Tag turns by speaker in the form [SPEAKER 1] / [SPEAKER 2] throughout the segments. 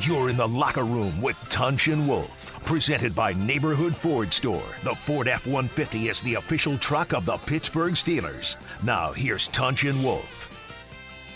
[SPEAKER 1] You're in the locker room with Tunch and Wolf. Presented by Neighborhood Ford Store. The Ford F 150 is the official truck of the Pittsburgh Steelers. Now, here's Tunch and Wolf.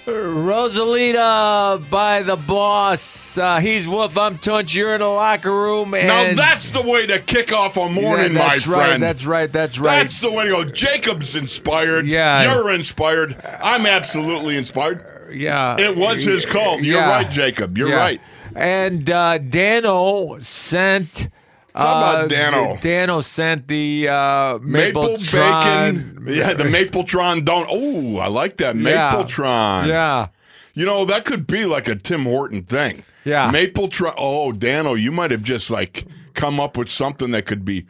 [SPEAKER 2] Rosalita by the boss. Uh, he's Wolf. I'm Tunch. You're in the locker room. And
[SPEAKER 3] Now that's the way to kick off a morning,
[SPEAKER 2] Yeah, that's
[SPEAKER 3] my
[SPEAKER 2] right,
[SPEAKER 3] friend.
[SPEAKER 2] That's right. That's right.
[SPEAKER 3] That's the way to go. Jacob's inspired.
[SPEAKER 2] Yeah.
[SPEAKER 3] You're inspired. I'm absolutely inspired.
[SPEAKER 2] yeah.
[SPEAKER 3] It was his call. You're
[SPEAKER 2] Yeah.
[SPEAKER 3] right, Jacob. You're
[SPEAKER 2] Yeah.
[SPEAKER 3] right.
[SPEAKER 2] And uh, Dano sent.
[SPEAKER 3] How about
[SPEAKER 2] uh,
[SPEAKER 3] Dano?
[SPEAKER 2] the- Dano sent the uh,
[SPEAKER 3] Maple,
[SPEAKER 2] maple,
[SPEAKER 3] bacon. Yeah, the Mapletron don't. Oh, I like that.
[SPEAKER 2] Yeah.
[SPEAKER 3] Mapletron.
[SPEAKER 2] Yeah.
[SPEAKER 3] You know, that could be like a Tim Horton thing.
[SPEAKER 2] Yeah.
[SPEAKER 3] Mapletron. Oh, Dano, you might have just like come up with something that could be,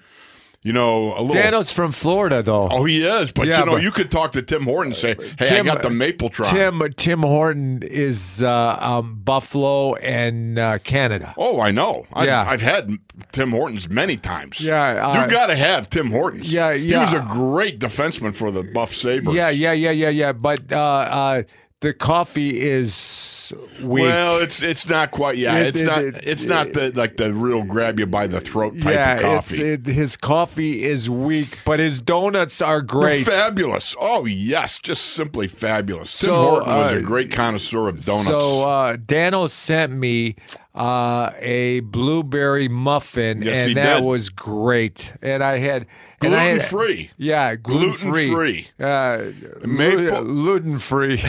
[SPEAKER 3] you know, a little.
[SPEAKER 2] Dano's from Florida, though.
[SPEAKER 3] Oh, he is. But
[SPEAKER 2] Yeah,
[SPEAKER 3] you know,
[SPEAKER 2] but-
[SPEAKER 3] you could talk to Tim Horton and say, hey,
[SPEAKER 2] Tim-
[SPEAKER 3] I got the Mapletron.
[SPEAKER 2] Tim Tim Horton is uh, um, Buffalo and uh, Canada.
[SPEAKER 3] Oh, I know. I've,
[SPEAKER 2] Yeah.
[SPEAKER 3] I've had Tim Hortons many times.
[SPEAKER 2] Yeah, uh,
[SPEAKER 3] you got to have Tim Hortons.
[SPEAKER 2] Yeah,
[SPEAKER 3] He was
[SPEAKER 2] yeah.
[SPEAKER 3] a great defenseman for the Buff Sabres.
[SPEAKER 2] Yeah, yeah, yeah, yeah, yeah. But uh, uh, the coffee is weak.
[SPEAKER 3] Well, it's it's not quite. Yeah,
[SPEAKER 2] It-
[SPEAKER 3] it's
[SPEAKER 2] it-
[SPEAKER 3] not.
[SPEAKER 2] it-
[SPEAKER 3] it's not the like the real grab you by the throat type
[SPEAKER 2] yeah,
[SPEAKER 3] of coffee.
[SPEAKER 2] It's, it, his coffee is weak, but his donuts are
[SPEAKER 3] They're
[SPEAKER 2] great.
[SPEAKER 3] Fabulous. Oh yes, just simply fabulous. Tim
[SPEAKER 2] So,
[SPEAKER 3] Horton was
[SPEAKER 2] uh,
[SPEAKER 3] a great connoisseur of donuts.
[SPEAKER 2] So uh, Dano sent me uh, a blueberry muffin,
[SPEAKER 3] Yes, he
[SPEAKER 2] and that
[SPEAKER 3] did.
[SPEAKER 2] was great. And I had and I had-
[SPEAKER 3] Gluten-free.
[SPEAKER 2] Yeah, gluten free.
[SPEAKER 3] Gluten-free.
[SPEAKER 2] Uh,
[SPEAKER 3] Maple-
[SPEAKER 2] gluten free.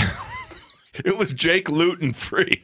[SPEAKER 3] it was Jake Luton free.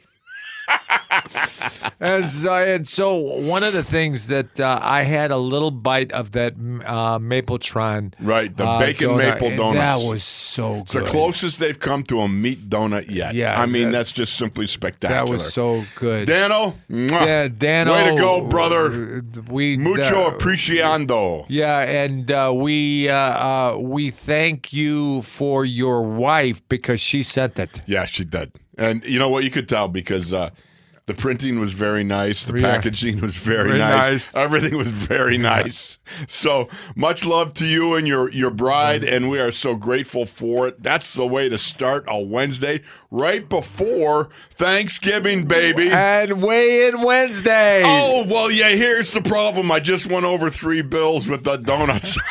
[SPEAKER 2] And so, and so, one of the things that uh, I had a little bite of that uh, Mapletron.
[SPEAKER 3] Right, the
[SPEAKER 2] uh,
[SPEAKER 3] bacon
[SPEAKER 2] donut,
[SPEAKER 3] maple
[SPEAKER 2] and
[SPEAKER 3] donuts.
[SPEAKER 2] That was so
[SPEAKER 3] It's the
[SPEAKER 2] good.
[SPEAKER 3] closest they've come to a meat donut yet.
[SPEAKER 2] Yeah,
[SPEAKER 3] I mean
[SPEAKER 2] that-
[SPEAKER 3] that's just simply spectacular.
[SPEAKER 2] that was so good.
[SPEAKER 3] Dano, mwah.
[SPEAKER 2] Da- Dano,
[SPEAKER 3] way to go, brother.
[SPEAKER 2] We
[SPEAKER 3] Mucho
[SPEAKER 2] uh,
[SPEAKER 3] apreciando.
[SPEAKER 2] Yeah, and uh, we uh, uh, we thank you for your wife because she sent it.
[SPEAKER 3] Yeah, she did. And you know what? You could tell because uh, the printing was very nice. The
[SPEAKER 2] Yeah.
[SPEAKER 3] packaging was very,
[SPEAKER 2] Very
[SPEAKER 3] nice.
[SPEAKER 2] nice.
[SPEAKER 3] Everything was very nice. So much love to you and your, your bride, and we are so grateful for it. That's the way to start a Wednesday right before Thanksgiving, baby.
[SPEAKER 2] And weigh in Wednesday.
[SPEAKER 3] Oh, well, yeah, here's the problem. I just went over three bills with the donuts.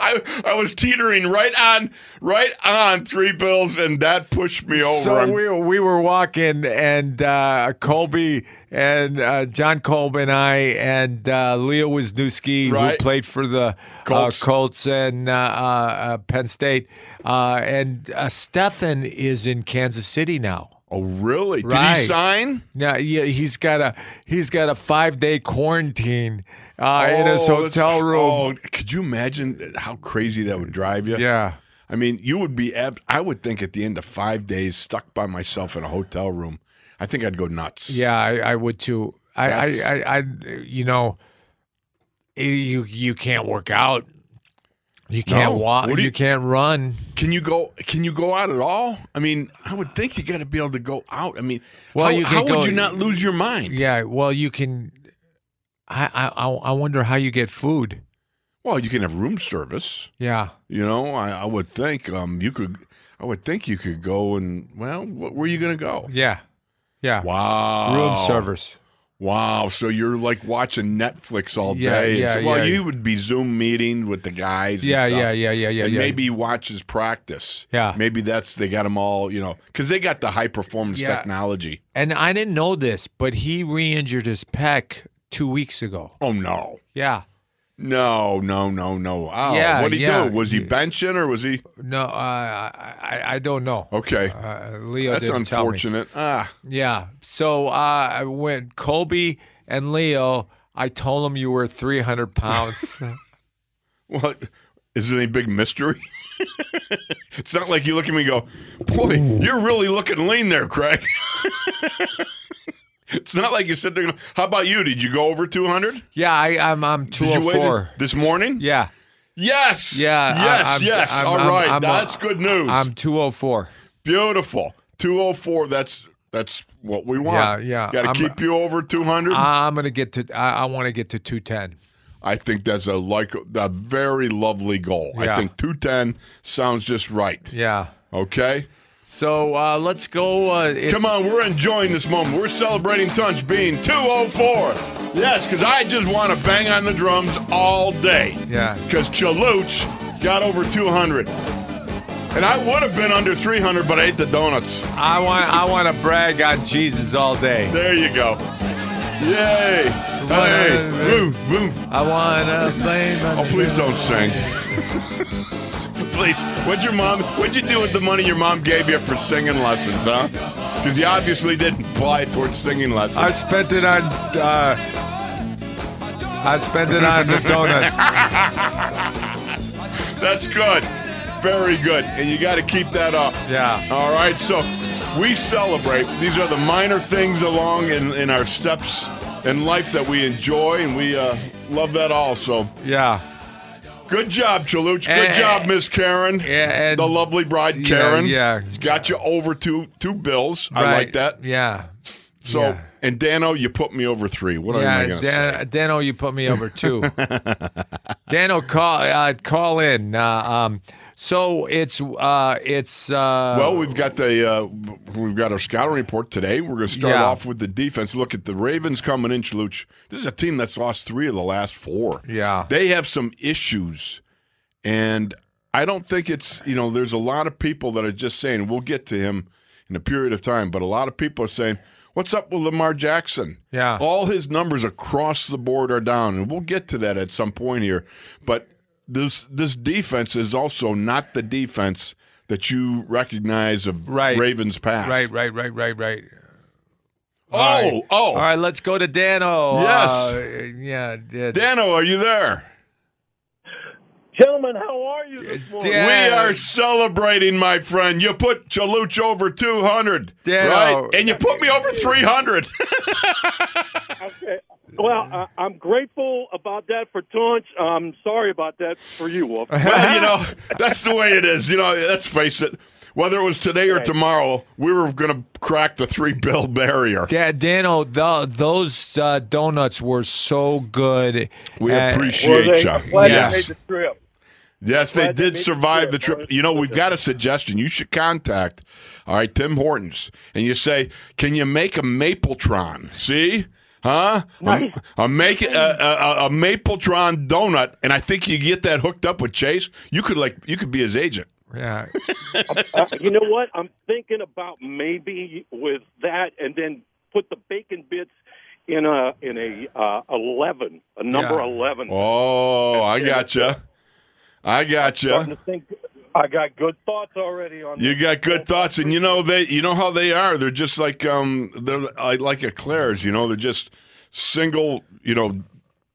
[SPEAKER 3] I, I was teetering right on right on three bills and that pushed me over.
[SPEAKER 2] So
[SPEAKER 3] I'm-
[SPEAKER 2] we, we were walking, and uh, Colby and uh, John Colby and I, and uh, Leo Wisniewski, who
[SPEAKER 3] Right.
[SPEAKER 2] played for the
[SPEAKER 3] Colts.
[SPEAKER 2] uh, Colts and uh, uh, Penn State, uh, and uh, Stefan is in Kansas City now.
[SPEAKER 3] oh really? Did
[SPEAKER 2] Right.
[SPEAKER 3] he sign?
[SPEAKER 2] Now yeah, he's got a he's got a five day quarantine uh, in his
[SPEAKER 3] Oh, that's-
[SPEAKER 2] hotel room.
[SPEAKER 3] Oh, could you imagine how crazy that would drive you?
[SPEAKER 2] Yeah.
[SPEAKER 3] I mean, you would be ab- I would think at the end of 5 days stuck by myself in a hotel room, I think I'd go nuts.
[SPEAKER 2] Yeah, I, I would too. I, I,
[SPEAKER 3] That's-
[SPEAKER 2] I, I, you know, eh, you you can't work out. You can't
[SPEAKER 3] No.
[SPEAKER 2] walk.
[SPEAKER 3] What do
[SPEAKER 2] You,
[SPEAKER 3] you-
[SPEAKER 2] can't run.
[SPEAKER 3] Can you go? Can you go out at all? I mean, I would think you got to be able to go out. I mean,
[SPEAKER 2] Well,
[SPEAKER 3] how,
[SPEAKER 2] you can
[SPEAKER 3] how
[SPEAKER 2] go-
[SPEAKER 3] would you not lose your mind?
[SPEAKER 2] Yeah. Well, you can. I, I, I I wonder how you get food.
[SPEAKER 3] Well, you can have room service.
[SPEAKER 2] Yeah.
[SPEAKER 3] You know, I, I would think um, you could. I would think you could go and well, wh- where are you going to go?
[SPEAKER 2] Yeah. Yeah.
[SPEAKER 3] Wow,
[SPEAKER 2] Room service.
[SPEAKER 3] Wow, so you're like watching Netflix all
[SPEAKER 2] Yeah,
[SPEAKER 3] day.
[SPEAKER 2] yeah,
[SPEAKER 3] So- well,
[SPEAKER 2] yeah.
[SPEAKER 3] you would be Zoom meeting with the guys. and
[SPEAKER 2] Yeah,
[SPEAKER 3] stuff.
[SPEAKER 2] yeah, yeah, yeah, yeah,
[SPEAKER 3] And
[SPEAKER 2] yeah.
[SPEAKER 3] maybe watches practice.
[SPEAKER 2] Yeah.
[SPEAKER 3] maybe that's they got them all. You know, because they got the high performance
[SPEAKER 2] Yeah.
[SPEAKER 3] technology.
[SPEAKER 2] And I didn't know this, but he re-injured his pec two weeks ago.
[SPEAKER 3] Oh no.
[SPEAKER 2] Yeah.
[SPEAKER 3] No, no, no, no. Oh,
[SPEAKER 2] Yeah,
[SPEAKER 3] what did he
[SPEAKER 2] yeah.
[SPEAKER 3] do? Was he benching or was he?
[SPEAKER 2] No, uh, I, I I don't know.
[SPEAKER 3] Okay,
[SPEAKER 2] Uh, Leo
[SPEAKER 3] that's
[SPEAKER 2] didn't tell me.
[SPEAKER 3] unfortunate. Ah,
[SPEAKER 2] Yeah. So uh, when Kobe and Leo, I told them you were 300 pounds.
[SPEAKER 3] what? Is it any big mystery? it's not like you look at me and go, boy, you're really looking lean there, Craig. it's not like you sit there. And, how about you? Did you go over 200?
[SPEAKER 2] yeah, I, I'm I'm
[SPEAKER 3] Did you weigh
[SPEAKER 2] 204.
[SPEAKER 3] thi- this morning?
[SPEAKER 2] yeah.
[SPEAKER 3] Yes.
[SPEAKER 2] Yeah. I-
[SPEAKER 3] Yes.
[SPEAKER 2] I'm-
[SPEAKER 3] yes.
[SPEAKER 2] I'm-
[SPEAKER 3] All
[SPEAKER 2] I'm-
[SPEAKER 3] right.
[SPEAKER 2] I'm, uh,
[SPEAKER 3] that's good news.
[SPEAKER 2] I'm 204.
[SPEAKER 3] Beautiful. 204. That's that's what we want.
[SPEAKER 2] Yeah, yeah.
[SPEAKER 3] Got
[SPEAKER 2] I'm-
[SPEAKER 3] to keep you over 200.
[SPEAKER 2] I- I'm gonna get to. I, I want to get to 210.
[SPEAKER 3] I think that's a like a very lovely goal.
[SPEAKER 2] Yeah.
[SPEAKER 3] I think 210 sounds just right.
[SPEAKER 2] Yeah.
[SPEAKER 3] Okay?
[SPEAKER 2] So uh, let's go. Uh, it's-
[SPEAKER 3] Come on, we're enjoying this moment. We're celebrating Tunch being 204. Yes, because I just want to bang on the drums all day.
[SPEAKER 2] Yeah.
[SPEAKER 3] Because Chaluch got over 200. And I would have been under 300, but I ate the donuts.
[SPEAKER 2] I want I want to brag on Jesus all day.
[SPEAKER 3] There you go. Yay. Hey, boom, boom.
[SPEAKER 2] I want to blame.
[SPEAKER 3] Oh, please don't sing. please. What'd your mom? What'd you do with the money your mom gave you for singing lessons, huh? Because you obviously didn't apply it towards singing lessons.
[SPEAKER 2] I spent it on. Uh, I spent it on the donuts.
[SPEAKER 3] That's good. Very good. And you got to keep that up.
[SPEAKER 2] Yeah.
[SPEAKER 3] All right. So we celebrate. These are the minor things along in, in our steps in life that we enjoy, and we uh, love that all. So
[SPEAKER 2] Yeah.
[SPEAKER 3] good job, Chaluch. Good
[SPEAKER 2] And-
[SPEAKER 3] job, Miss Karen.
[SPEAKER 2] Yeah, and-
[SPEAKER 3] the lovely bride,
[SPEAKER 2] Yeah,
[SPEAKER 3] Karen.
[SPEAKER 2] yeah.
[SPEAKER 3] Got you over two two bills. I
[SPEAKER 2] Right.
[SPEAKER 3] like that.
[SPEAKER 2] Yeah.
[SPEAKER 3] So
[SPEAKER 2] yeah.
[SPEAKER 3] and Dano, you put me over three. What am I
[SPEAKER 2] Yeah,
[SPEAKER 3] going to say?
[SPEAKER 2] Dan, Dano, you put me over too. Dano, call uh, call in. Uh, um, so it's uh, it's uh,
[SPEAKER 3] Well, we've got the uh, we've got our scouting report today. We're going to start
[SPEAKER 2] Yeah.
[SPEAKER 3] off with the defense. Look at the Ravens coming in, Chaluch. This is a team that's lost three of the last four.
[SPEAKER 2] Yeah.
[SPEAKER 3] they have some issues, and I don't think it's you know. There's a lot of people that are just saying we'll get to him in a period of time, but a lot of people are saying. What's up with Lamar Jackson?
[SPEAKER 2] Yeah.
[SPEAKER 3] All his numbers across the board are down, and we'll get to that at some point here. But this this defense is also not the defense that you recognize of
[SPEAKER 2] Right.
[SPEAKER 3] Ravens past.
[SPEAKER 2] right, right, right, right, right.
[SPEAKER 3] Oh,
[SPEAKER 2] right.
[SPEAKER 3] oh,
[SPEAKER 2] All right, let's go to Dano.
[SPEAKER 3] Yes.
[SPEAKER 2] Uh, yeah, yeah.
[SPEAKER 3] Dano, are you there?
[SPEAKER 4] Gentlemen, how are you this morning?
[SPEAKER 2] Dan- Yeah.
[SPEAKER 3] We are celebrating, my friend. You put Chaluch over two hundred,
[SPEAKER 2] Dano.
[SPEAKER 3] right? And you put me over three hundred.
[SPEAKER 4] Okay. Well, I, I'm grateful about that for Tunch. I'm sorry about that for you, Wolf.
[SPEAKER 3] well, you know, that's the way it is. You know, let's face it. Whether it was today or tomorrow, we were going to crack the three bill barrier.
[SPEAKER 2] Da- Dano, th those uh, donuts were so good.
[SPEAKER 3] We
[SPEAKER 2] Uh,
[SPEAKER 4] Well,
[SPEAKER 3] appreciate
[SPEAKER 4] they,
[SPEAKER 3] you.
[SPEAKER 4] glad
[SPEAKER 2] Yes.
[SPEAKER 4] they made the trip.
[SPEAKER 3] Yes, they
[SPEAKER 4] Glad they
[SPEAKER 3] did
[SPEAKER 4] made it
[SPEAKER 3] survive
[SPEAKER 4] clear.
[SPEAKER 3] the trip. You know, we've got a suggestion. You should contact, all right, Tim Hortons, and you say, "Can you make a Mapletron?" See, huh? A, a make a, a, a Mapletron donut, and I think you get that hooked up with Chase. You could like you could be his agent.
[SPEAKER 2] Yeah.
[SPEAKER 4] Uh, you know what? I'm thinking about maybe with that, and then put the bacon bits in a in a uh, eleven, a number
[SPEAKER 2] Yeah.
[SPEAKER 4] eleven.
[SPEAKER 3] Oh, I gotcha. I
[SPEAKER 4] Starting
[SPEAKER 3] gotcha.
[SPEAKER 4] to think. I got good thoughts already on
[SPEAKER 3] You
[SPEAKER 4] this.
[SPEAKER 3] got good thoughts, and you know they. You know how they are. They're just like um, they're like like eclairs. You know, they're just single. You know,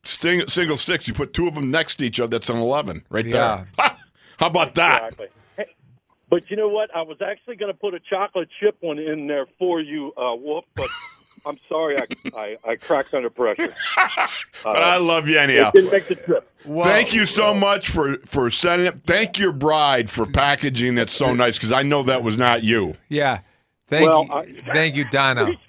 [SPEAKER 3] sting, single sticks. You put two of them next to each other. That's an eleven right
[SPEAKER 2] Yeah.
[SPEAKER 3] there. Ha! How about that?
[SPEAKER 4] Exactly. Hey, But you know what? I was actually going to put a chocolate chip one in there for you, uh, Wolf, but I'm sorry I, I, I cracked under pressure. Uh,
[SPEAKER 3] But I love you anyhow.
[SPEAKER 4] It didn't make the trip.
[SPEAKER 2] Well,
[SPEAKER 3] Thank you so much for for sending it. Thank your bride for packaging that so nice because I know that was not you.
[SPEAKER 2] Yeah. Thank
[SPEAKER 4] Well,
[SPEAKER 2] you.
[SPEAKER 4] I-
[SPEAKER 2] Thank you, Dano.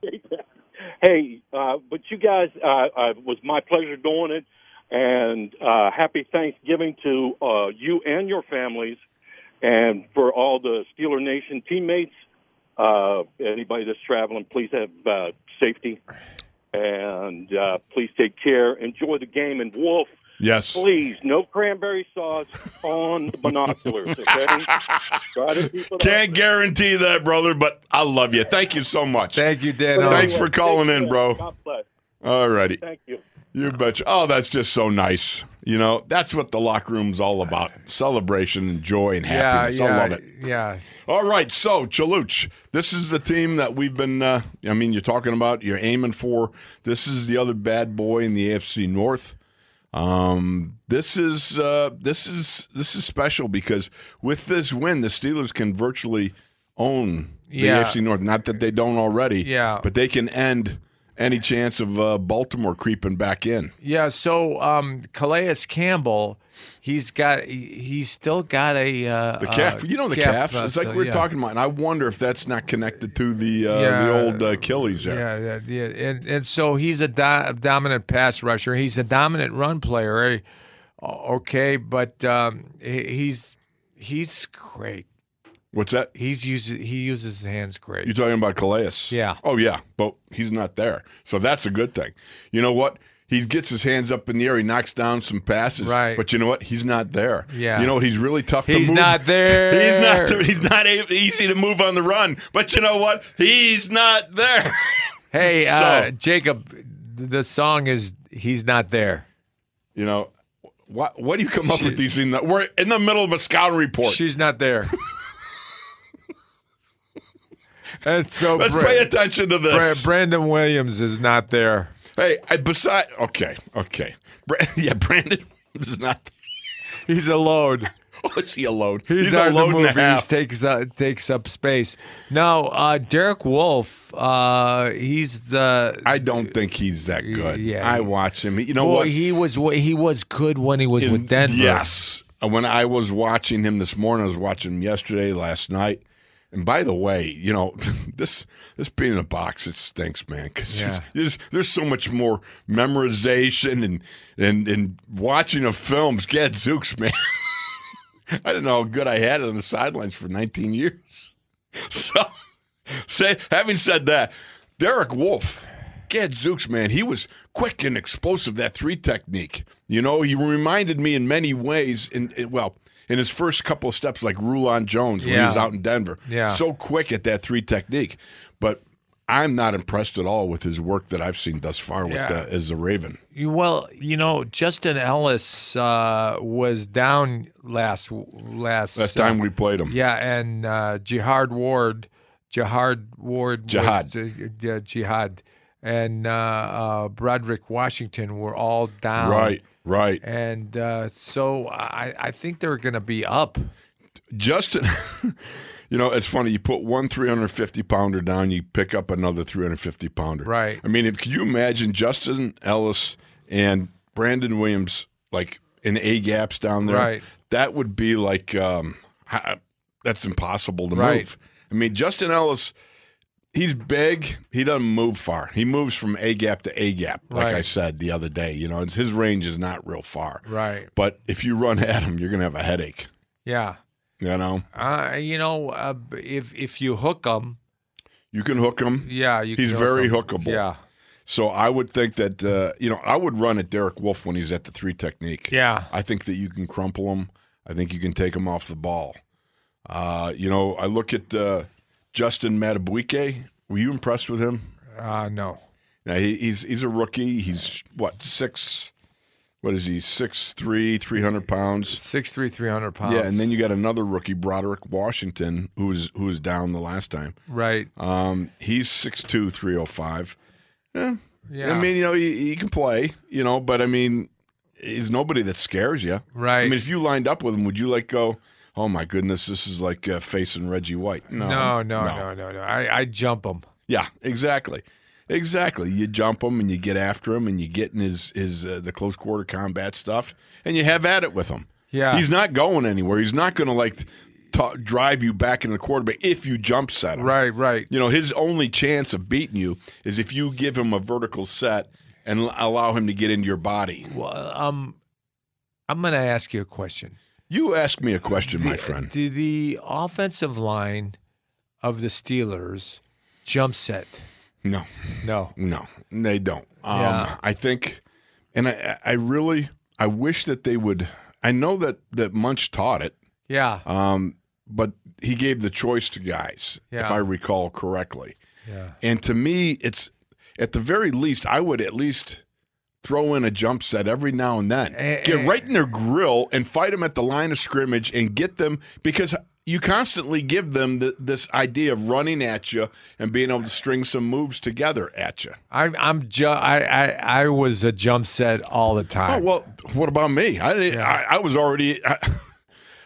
[SPEAKER 4] Hey, uh, but you guys, uh, uh, it was my pleasure doing it, and uh, happy Thanksgiving to uh, you and your families, and for all the Steeler Nation teammates. Uh, anybody that's traveling, please have uh, safety, and uh, please take care. Enjoy the game, and Wolf,
[SPEAKER 3] Yes.
[SPEAKER 4] please, no cranberry sauce on the binoculars. Okay, Try to keep it up.
[SPEAKER 3] Can't guarantee that, brother, but I love you. Thank you so much.
[SPEAKER 2] Thank you, Dano.
[SPEAKER 3] Thanks for calling in, bro.
[SPEAKER 4] God bless.
[SPEAKER 3] All righty.
[SPEAKER 4] Thank you.
[SPEAKER 3] You betcha. Oh, that's just so nice. You know, that's what the locker room's all about celebration and joy and
[SPEAKER 2] yeah,
[SPEAKER 3] happiness.
[SPEAKER 2] yeah,
[SPEAKER 3] I love it.
[SPEAKER 2] yeah.
[SPEAKER 3] All right. So, Chaluch, this is the team that we've been, uh, I mean, you're talking about, you're aiming for. This is the other bad boy in the AFC North. Um, this is uh, this is this is special because with this win, the Steelers can virtually own the
[SPEAKER 2] Yeah.
[SPEAKER 3] AFC North. Not that they don't already,
[SPEAKER 2] Yeah.
[SPEAKER 3] but they can end any chance of uh, Baltimore creeping back in.
[SPEAKER 2] Yeah, so um, Calais Campbell, he's got he- he's still got a uh,
[SPEAKER 3] The calf,
[SPEAKER 2] uh,
[SPEAKER 3] you know the
[SPEAKER 2] calf
[SPEAKER 3] calf. It's like
[SPEAKER 2] muscle,
[SPEAKER 3] we're
[SPEAKER 2] yeah.
[SPEAKER 3] talking about, and I wonder if that's not connected to the uh,
[SPEAKER 2] Yeah.
[SPEAKER 3] the old uh, Achilles there.
[SPEAKER 2] Yeah, yeah, yeah, and and so he's a do- dominant pass rusher. He's a dominant run player. eh? O- Okay, but um, he- he's he's great.
[SPEAKER 3] What's that?
[SPEAKER 2] He's used, he uses his hands great.
[SPEAKER 3] You're talking about Calais.
[SPEAKER 2] Yeah.
[SPEAKER 3] Oh yeah, but he's not there, so that's a good thing. You know what? He gets his hands up in the air. He knocks down some passes.
[SPEAKER 2] Right.
[SPEAKER 3] But you know what? He's not there.
[SPEAKER 2] Yeah.
[SPEAKER 3] You know what? He's really tough to move.
[SPEAKER 2] He's not there.
[SPEAKER 3] He's not. th- He's not a- easy to move on the run. But you know what? He's not there.
[SPEAKER 2] Hey, uh,
[SPEAKER 3] So-
[SPEAKER 2] Jacob, th- the song is "He's Not There."
[SPEAKER 3] you know. What, what do you come up with these things? that- We're in the middle of a scouting report.
[SPEAKER 2] She's not there. and so
[SPEAKER 3] Let's
[SPEAKER 2] Oh, Bra-
[SPEAKER 3] pay attention to
[SPEAKER 2] Bra-
[SPEAKER 3] this.
[SPEAKER 2] Brandon Williams is not there.
[SPEAKER 3] Hey, I, beside, okay, okay. Bra- yeah, Brandon is not.
[SPEAKER 2] He's alone.
[SPEAKER 3] Oh, is he alone?
[SPEAKER 2] He's,
[SPEAKER 3] a
[SPEAKER 2] out of the
[SPEAKER 3] load and a
[SPEAKER 2] movie. He
[SPEAKER 3] half.
[SPEAKER 2] takes uh, takes up space. No, uh, Derek Wolf. Uh, he's the.
[SPEAKER 3] I don't think he's that good.
[SPEAKER 2] Yeah.
[SPEAKER 3] I watch him. You know
[SPEAKER 2] Boy,
[SPEAKER 3] what?
[SPEAKER 2] he was wa- he was good when he was with Denver.
[SPEAKER 3] Yes. Uh, When I was watching him this morning, I was watching him yesterday, last night. And by the way, you know this this being in a box, it stinks, man. Because
[SPEAKER 2] Yeah.
[SPEAKER 3] there's, there's so much more memorization and and and watching of films. Gadzooks, man. I didn't know how good I had it on the sidelines for 19 years. So, say, having said that, Derek Wolf, Gadzooks, man, he was quick and explosive, that three technique. You know, he reminded me in many ways, in, in- well, in his first couple of steps, like Rulon Jones when he
[SPEAKER 2] Yeah.
[SPEAKER 3] was out in Denver.
[SPEAKER 2] Yeah.
[SPEAKER 3] So quick at that three technique. But I'm not impressed at all with his work that I've seen thus far with
[SPEAKER 2] Yeah.
[SPEAKER 3] the, as the Raven.
[SPEAKER 2] You- Well, you know, Justin Ellis uh, was down last last uh,
[SPEAKER 3] Last time we played him.
[SPEAKER 2] Yeah, and uh, Jihad Ward, Jihad Ward, was-
[SPEAKER 3] Jihad.
[SPEAKER 2] uh, yeah, Jihad, and uh, uh, Broderick Washington were all down.
[SPEAKER 3] Right, right.
[SPEAKER 2] And uh, so I, I think they're going to be up.
[SPEAKER 3] Justin, you know, it's funny. You put one 350 pounder down, you pick up another 350 pounder.
[SPEAKER 2] Right.
[SPEAKER 3] I mean, if, can you imagine Justin Ellis and Brandon Williams, like in A gaps down there?
[SPEAKER 2] Right.
[SPEAKER 3] That would be like, um, ha- that's impossible to
[SPEAKER 2] Right.
[SPEAKER 3] move. I mean, Justin Ellis, he's big. He doesn't move far. He moves from A gap to A gap, like
[SPEAKER 2] Right.
[SPEAKER 3] I said the other day. You know, it's, his range is not real far.
[SPEAKER 2] Right.
[SPEAKER 3] But if you run at him, you're going to have a headache,
[SPEAKER 2] Yeah.
[SPEAKER 3] you know?
[SPEAKER 2] Uh, you know, uh, b- if if you hook them,
[SPEAKER 3] You can hook him.
[SPEAKER 2] yeah, you.
[SPEAKER 3] He's
[SPEAKER 2] can hook
[SPEAKER 3] very
[SPEAKER 2] 'em.
[SPEAKER 3] hookable.
[SPEAKER 2] Yeah.
[SPEAKER 3] So I would think that uh, you know I would run at Derek Wolf when he's at the three technique.
[SPEAKER 2] Yeah.
[SPEAKER 3] I think that you can crumple him. I think you can take him off the ball. Uh, you know, I look at uh, Justin Matabuike. Were you impressed with him?
[SPEAKER 2] Uh, no.
[SPEAKER 3] Now he, he's he's a rookie. He's what six? What is he? Six three, three hundred pounds.
[SPEAKER 2] Six three, three hundred pounds.
[SPEAKER 3] Yeah, and then you got another rookie, Broderick Washington, who was who was down the last time.
[SPEAKER 2] right.
[SPEAKER 3] Um, he's six two, three oh five. Eh,
[SPEAKER 2] Yeah.
[SPEAKER 3] I mean, you know, he, he can play, you know, but I mean, he's nobody that scares you.
[SPEAKER 2] Right.
[SPEAKER 3] I mean, if you lined up with him, would you like go, oh my goodness, this is like uh, facing Reggie White? No.
[SPEAKER 2] no, no, no, no, no, I I jump them.
[SPEAKER 3] Yeah, exactly. Exactly. You jump him and you get after him and you get in his, his uh, the close quarter combat stuff and you have at it with him.
[SPEAKER 2] Yeah.
[SPEAKER 3] He's not going anywhere. He's not going to like ta drive you back into the quarterback if you jump set him.
[SPEAKER 2] Right. Right.
[SPEAKER 3] You know, his only chance of beating you is if you give him a vertical set and l- allow him to get into your body.
[SPEAKER 2] Well, um, I'm going to ask you a question.
[SPEAKER 3] You ask me a question, my friend.
[SPEAKER 2] Do the offensive line of the Steelers jump set?
[SPEAKER 3] No,
[SPEAKER 2] No.
[SPEAKER 3] no, they don't. Um,
[SPEAKER 2] Yeah.
[SPEAKER 3] I think, and I, I really, I wish that they would. I know that that Munch taught it,
[SPEAKER 2] Yeah.
[SPEAKER 3] um, but he gave the choice to guys, if
[SPEAKER 2] Yeah.
[SPEAKER 3] I recall correctly.
[SPEAKER 2] yeah.
[SPEAKER 3] And to me, it's at the very least, I would at least throw in a jump set every now and then.
[SPEAKER 2] Eh,
[SPEAKER 3] get
[SPEAKER 2] eh.
[SPEAKER 3] right in their grill and fight them at the line of scrimmage and get them because you constantly give them the, this idea of running at you and being able to string some moves together at you.
[SPEAKER 2] I, I'm ju- I, I I was a jump set all the
[SPEAKER 3] Oh,
[SPEAKER 2] time.
[SPEAKER 3] well, what about me? I, didn't,
[SPEAKER 2] Yeah.
[SPEAKER 3] I, I was already. I,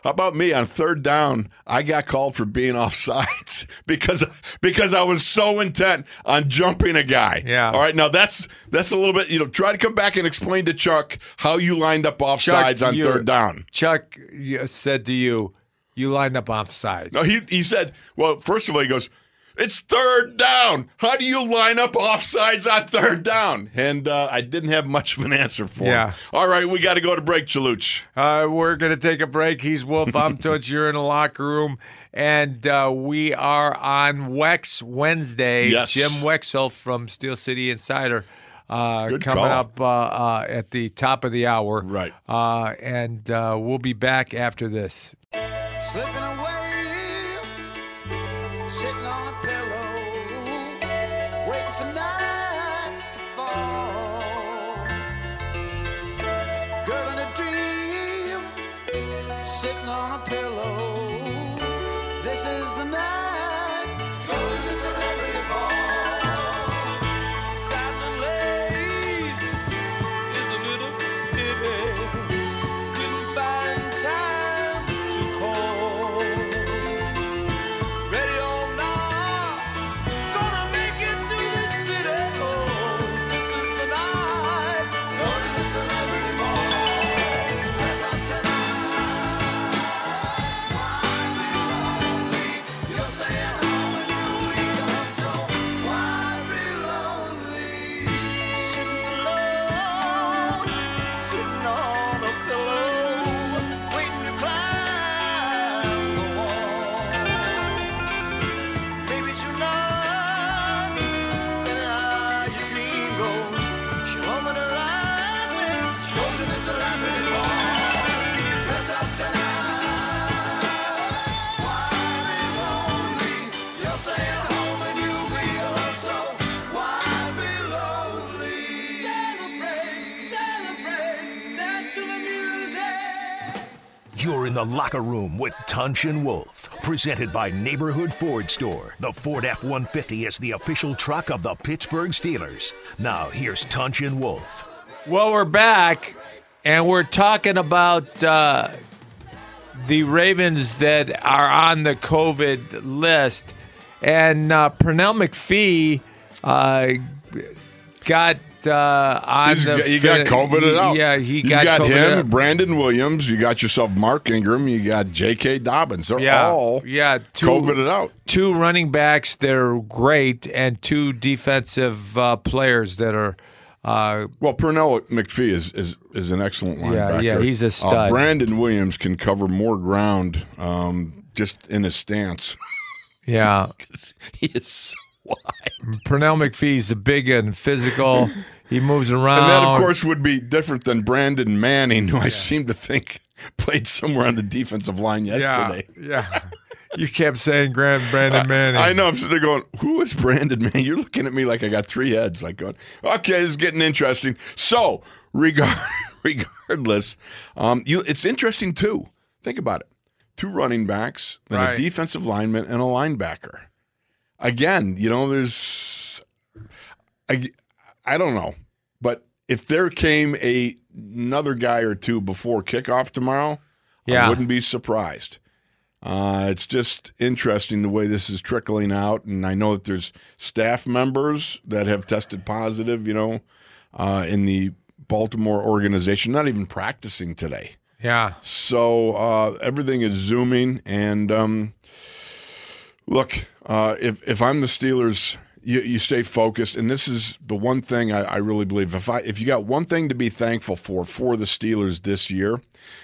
[SPEAKER 3] how about me on third down? I got called for being offsides because because I was so intent on jumping a guy.
[SPEAKER 2] Yeah.
[SPEAKER 3] All right. Now that's that's a little bit. You know, try to come back and explain to Chuck how you lined up offsides on
[SPEAKER 2] you-
[SPEAKER 3] third down.
[SPEAKER 2] Chuck y- said to you, "You lined up offside."
[SPEAKER 3] No, he he said. Well, first of all, he goes. It's third down. How do you line up offsides on third down? And uh, I didn't have much of an answer for
[SPEAKER 2] Yeah.
[SPEAKER 3] him. All right, we got to go to break, Chaluch.
[SPEAKER 2] Uh, we're going to take a break. He's Wolf. I'm Toots. You're in the locker room. And uh, we are on Wex Wednesday.
[SPEAKER 3] Yes.
[SPEAKER 2] Jim Wexel from Steel City Insider uh,
[SPEAKER 3] Good
[SPEAKER 2] coming
[SPEAKER 3] call.
[SPEAKER 2] up uh, uh, at the top of the hour.
[SPEAKER 3] Right.
[SPEAKER 2] Uh, and uh, we'll be back after this.
[SPEAKER 5] Slipping away, sitting on a pillow, waiting for night to fall. Girl in a dream, sitting on a pillow. This is the night to go to the celebrity ball. Satin and lace is a little pity didn't find time to call. Ready or not, gonna make it to the city. Oh, this is the night. Go to the celebrity ball. Dress up tonight. You're saying how and who we are, so why be lonely? Sitting alone, sitting on a pillow, waiting to climb the wall. Maybe tonight, better how your dream goes. She'll open her eyes when she goes in the celebrity ball. Dress up tonight. You'll stay at home and you'll be alone, so why be lonely? Celebrate, celebrate, dance to the music.
[SPEAKER 1] You're in the locker room with Tunch and Wolf, presented by Neighborhood Ford Store. The Ford F 150 is the official truck of the Pittsburgh Steelers. Now, here's Tunch and Wolf.
[SPEAKER 2] Well, we're back. And we're talking about uh, the Ravens that are on the COVID list. And uh, Pernell McPhee uh, got uh, on
[SPEAKER 3] He's
[SPEAKER 2] the.
[SPEAKER 3] got- you got
[SPEAKER 2] fin-
[SPEAKER 3] COVID it out.
[SPEAKER 2] Yeah, he
[SPEAKER 3] You've
[SPEAKER 2] got, COVID
[SPEAKER 3] him,
[SPEAKER 2] out.
[SPEAKER 3] Brandon Williams. You got yourself Mark Ingram. You got J.K. Dobbins. They're
[SPEAKER 2] Yeah,
[SPEAKER 3] all
[SPEAKER 2] yeah, two-
[SPEAKER 3] COVID it out.
[SPEAKER 2] Two running backs that are great, and two defensive uh, players that are. Uh,
[SPEAKER 3] Well, Pernell McPhee is, is, is an excellent linebacker.
[SPEAKER 2] yeah, he's a
[SPEAKER 3] Uh,
[SPEAKER 2] stud.
[SPEAKER 3] Brandon Williams can cover more ground um, just in his stance.
[SPEAKER 2] yeah,
[SPEAKER 3] he is so wide.
[SPEAKER 2] Pernell McPhee's a big and physical. He moves around.
[SPEAKER 3] And that, of course, would be different than Brandon Manning, who I seem to think played somewhere on the defensive line
[SPEAKER 2] Yeah,
[SPEAKER 3] yesterday.
[SPEAKER 2] yeah. You kept saying Grand Brandon Manning.
[SPEAKER 3] I know. I'm sitting there going, "Who is Brandon Manning?" You're looking at me like I got three heads. Like going, "Okay, this is getting interesting." So, regard, regardless, um, you, it's interesting too. Think about it: two running backs, then
[SPEAKER 2] Right.
[SPEAKER 3] a defensive lineman, and a linebacker. Again, you know, there's, I, I don't know, but if there came a another guy or two before kickoff tomorrow,
[SPEAKER 2] Yeah.
[SPEAKER 3] I wouldn't be surprised. Uh, it's just interesting the way this is trickling out, and I know that there's staff members that have tested positive. You know, uh, in the Baltimore organization, not even practicing today.
[SPEAKER 2] Yeah.
[SPEAKER 3] So uh, everything is zooming, and um, look, uh, if if I'm the Steelers, you, you stay focused, and this is the one thing I, I really believe. If I if you got one thing to be thankful for for the Steelers this year,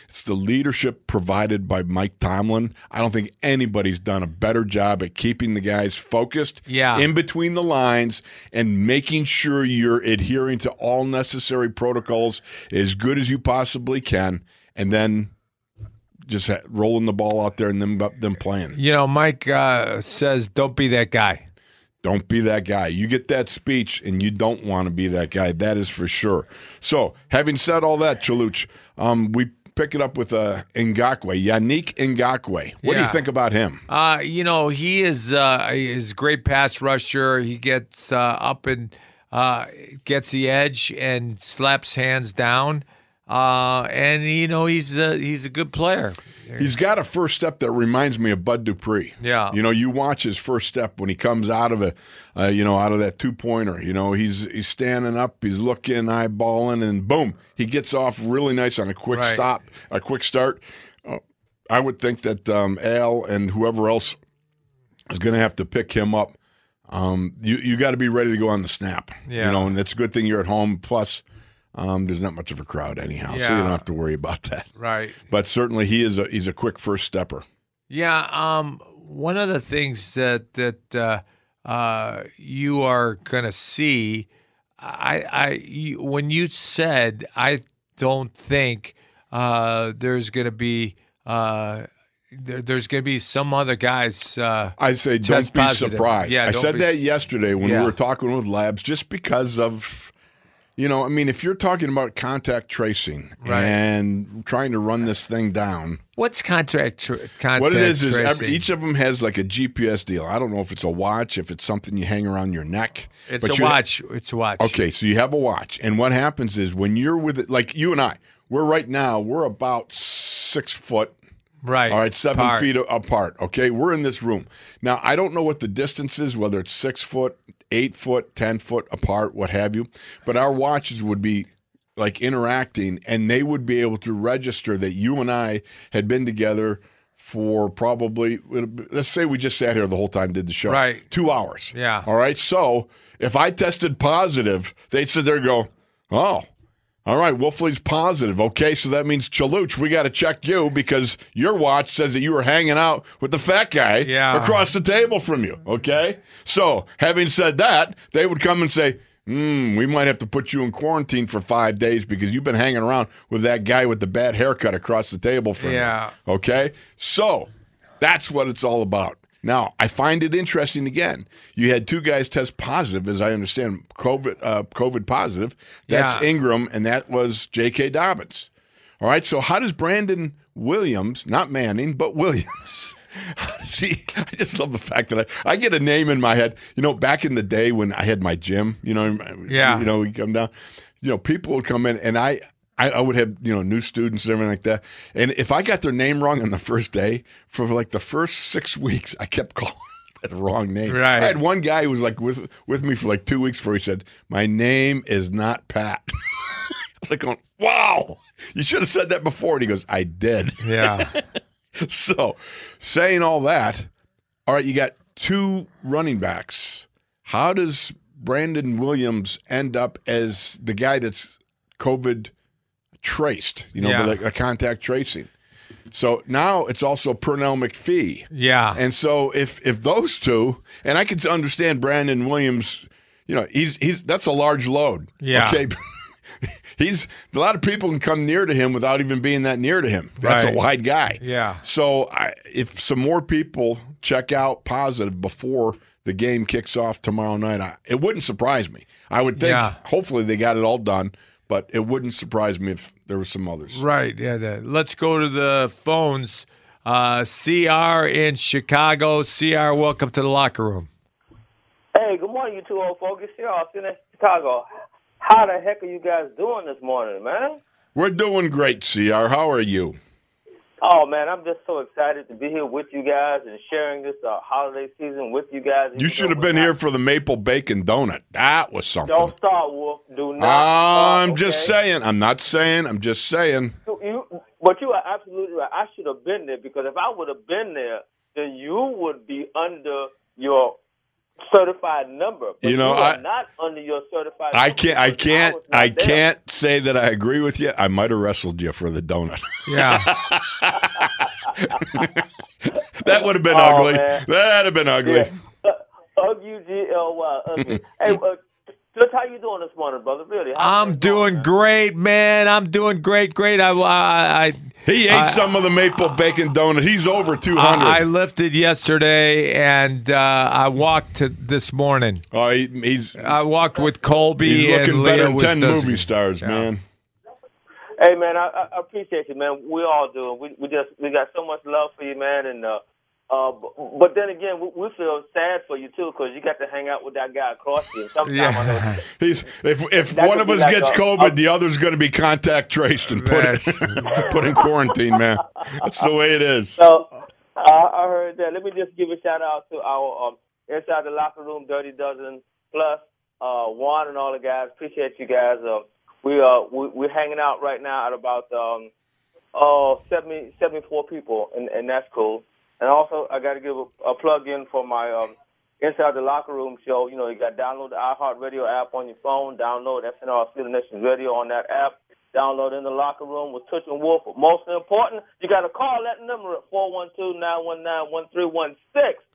[SPEAKER 3] it's the leadership provided by Mike Tomlin. I don't think anybody's done a better job at keeping the guys focused,
[SPEAKER 2] Yeah.
[SPEAKER 3] in between the lines, and making sure you're adhering to all necessary protocols as good as you possibly can, and then. Just ha- rolling the ball out there and them them playing.
[SPEAKER 2] You know, Mike uh, says, don't be that guy.
[SPEAKER 3] Don't be that guy. You get that speech, and you don't want to be that guy. That is for sure. So, having said all that, Chaluch, um, we pick it up with uh, Ngakwe, Yannick Ngakwe. What do you
[SPEAKER 2] Yeah.
[SPEAKER 3] think about him?
[SPEAKER 2] Uh, you know, he is uh, is a great pass rusher. He gets uh, up and uh, gets the edge and slaps hands down. Uh, and you know, he's a, he's a good player.
[SPEAKER 3] He's got a first step that reminds me of Bud Dupree.
[SPEAKER 2] Yeah.
[SPEAKER 3] you know, you watch his first step when he comes out of a, uh, you know, out of that two pointer. You know, he's he's standing up, he's looking, eyeballing, and boom, he gets off really nice on a quick
[SPEAKER 2] Right.
[SPEAKER 3] stop, a quick start. Uh, I would think that um, Al and whoever else is going to have to pick him up um, you you got to be ready to go on the snap.
[SPEAKER 2] Yeah.
[SPEAKER 3] You know, and that's a good thing you're at home. Plus, um, there's not much of a crowd anyhow, so you
[SPEAKER 2] Yeah.
[SPEAKER 3] don't have to worry about that.
[SPEAKER 2] Right.
[SPEAKER 3] But certainly, he is a he's a quick first stepper.
[SPEAKER 2] Yeah. Um. One of the things that that uh, uh, you are gonna see, I, I, you, when you said, I don't think uh, there's gonna be uh, there, there's gonna be some other guys. Uh,
[SPEAKER 3] I say, don't
[SPEAKER 2] Test
[SPEAKER 3] be
[SPEAKER 2] positive.
[SPEAKER 3] surprised.
[SPEAKER 2] Yeah,
[SPEAKER 3] I
[SPEAKER 2] don't
[SPEAKER 3] said
[SPEAKER 2] be-
[SPEAKER 3] that yesterday when
[SPEAKER 2] Yeah.
[SPEAKER 3] we were talking with labs, just because of, you know, I mean, if you're talking about contact tracing
[SPEAKER 2] Right.
[SPEAKER 3] and trying to run this thing down,
[SPEAKER 2] what's contract? Tra- contact
[SPEAKER 3] what it is is
[SPEAKER 2] tracing?
[SPEAKER 3] every, each of them has like a GPS deal. I don't know if it's a watch, if it's something you hang around your neck.
[SPEAKER 2] It's
[SPEAKER 3] but
[SPEAKER 2] a
[SPEAKER 3] you-
[SPEAKER 2] watch. it's a watch.
[SPEAKER 3] Okay, so you have a watch, and what happens is when you're with it, like you and I, we're right now, we're about six foot
[SPEAKER 2] Right.
[SPEAKER 3] all right, seven
[SPEAKER 2] Part.
[SPEAKER 3] feet a- apart. Okay, we're in this room. Now, I don't know what the distance is, whether it's six foot, eight foot, 10 foot apart, what have you, but our watches would be like interacting and they would be able to register that you and I had been together for probably, let's say we just sat here the whole time, did the show.
[SPEAKER 2] Right.
[SPEAKER 3] Two hours.
[SPEAKER 2] Yeah.
[SPEAKER 3] All right, so if I tested positive, they'd sit there and go, oh, all right, Wolfley's positive. Okay, so that means Chaluch, we got to check you because your watch says that you were hanging out with the fat guy
[SPEAKER 2] Yeah.
[SPEAKER 3] across the table from you. Okay, so having said that, they would come and say, Hmm, we might have to put you in quarantine for five days because you've been hanging around with that guy with the bad haircut across the table from
[SPEAKER 2] Yeah.
[SPEAKER 3] you. Okay, so that's what it's all about. Now, I find it interesting again. You had two guys test positive, as I understand, COVID, uh, COVID positive. That's
[SPEAKER 2] Yeah.
[SPEAKER 3] Ingram, and that was J.K. Dobbins. All right. So how does Brandon Williams, not Manning, but Williams? See, I just love the fact that I, I get a name in my head. You know, back in the day when I had my gym, you know,
[SPEAKER 2] Yeah.
[SPEAKER 3] you know, we come down, you know, people would come in and I, I, I would have, you know, new students and everything like that. And if I got their name wrong on the first day, for like the first six weeks, I kept calling by the wrong name.
[SPEAKER 2] Right.
[SPEAKER 3] I had one guy who was like with with me for like two weeks before he said, My name is not Pat. I was like going, wow, you should have said that before. And he goes, I did.
[SPEAKER 2] Yeah.
[SPEAKER 3] So saying all that, all right, you got two running backs. How does Brandon Williams end up as the guy that's COVID traced, you know,
[SPEAKER 2] Yeah.
[SPEAKER 3] like a contact tracing? So now it's also Pernell McPhee.
[SPEAKER 2] Yeah.
[SPEAKER 3] And so if if those two, and I could understand Brandon Williams, you know, he's he's that's a large load.
[SPEAKER 2] Yeah.
[SPEAKER 3] Okay. he's a lot of people can come near to him without even being that near to him. That's
[SPEAKER 2] Right.
[SPEAKER 3] a wide guy.
[SPEAKER 2] Yeah.
[SPEAKER 3] So I, if some more people check out positive before the game kicks off tomorrow night, I, it wouldn't surprise me. I would think
[SPEAKER 2] Yeah.
[SPEAKER 3] hopefully they got it all done, but it wouldn't surprise me if there were some others.
[SPEAKER 2] Right. Yeah. That. Let's go to the phones. Uh, CR in Chicago. CR, welcome to the locker room.
[SPEAKER 6] Hey, good morning, you two old folks. It's y'all sitting in Chicago. How the heck are you guys doing this morning, man?
[SPEAKER 3] We're doing great, CR. How are you?
[SPEAKER 6] Oh man, I'm just so excited to be here with you guys and sharing this uh, holiday season with you guys.
[SPEAKER 3] You should have been here for the maple bacon donut. That was something. Ah.
[SPEAKER 6] Don't start, Wolf. Do not. start,
[SPEAKER 3] I'm just
[SPEAKER 6] okay?
[SPEAKER 3] saying. I'm not saying. I'm just saying.
[SPEAKER 6] You, you, but you are absolutely right. I should have been there because if I would have been there, then you would be under your certified number. But
[SPEAKER 3] You know,
[SPEAKER 6] are
[SPEAKER 3] I-
[SPEAKER 6] not under your certified.
[SPEAKER 3] I
[SPEAKER 6] number
[SPEAKER 3] can't. I
[SPEAKER 6] because
[SPEAKER 3] can't.
[SPEAKER 6] was not
[SPEAKER 3] I
[SPEAKER 6] there.
[SPEAKER 3] can't say that I agree with you. I might have wrestled you for the donut.
[SPEAKER 2] Yeah.
[SPEAKER 3] that would have been
[SPEAKER 6] Oh,
[SPEAKER 3] ugly.
[SPEAKER 6] man.
[SPEAKER 3] That'd have been ugly.
[SPEAKER 6] Yeah. Ug U G L Y. Ugly. hey, uh, just how you doing this morning, brother? Really? how
[SPEAKER 2] I'm
[SPEAKER 6] things going,
[SPEAKER 2] doing
[SPEAKER 6] man?
[SPEAKER 2] great, man. I'm doing great, great. I, I, I,
[SPEAKER 3] He ate some of the maple bacon donut. He's over two hundred.
[SPEAKER 2] I lifted yesterday and uh, I walked to this morning.
[SPEAKER 3] oh, he, he's
[SPEAKER 2] I walked with Colby
[SPEAKER 3] he's looking
[SPEAKER 2] and
[SPEAKER 3] better
[SPEAKER 2] Leah
[SPEAKER 3] than ten
[SPEAKER 2] Wisniewski.
[SPEAKER 3] movie stars, man.
[SPEAKER 6] Hey, man, I, I appreciate you, man. We all do. We, we just we got so much love for you, man. And uh, uh, b- but then again, we, we feel sad for you too, cause you got to hang out with that guy across you. Sometimes I know
[SPEAKER 2] Yeah.
[SPEAKER 3] He's if if
[SPEAKER 6] That
[SPEAKER 3] one
[SPEAKER 6] could
[SPEAKER 3] of
[SPEAKER 6] be
[SPEAKER 3] us
[SPEAKER 6] like
[SPEAKER 3] gets
[SPEAKER 6] a-
[SPEAKER 3] COVID, the other's going to be contact traced and put in, put in quarantine, man. That's the way it is.
[SPEAKER 6] So I I heard that. Let me just give a shout out to our um, inside the locker room, Dirty Dozen plus uh, Juan and all the guys. Appreciate you guys. Um, we uh we, we're hanging out right now at about um oh 70, 74 people, and and that's cool. And also I got to give a, a plug in for my um Inside the Locker Room show. You know, you got to download the iHeartRadio app on your phone, download FNR Steeler Nation Radio on that app, download In the Locker Room with Tuch and Wolf. But most important, you got to call that number at 412 919 1316.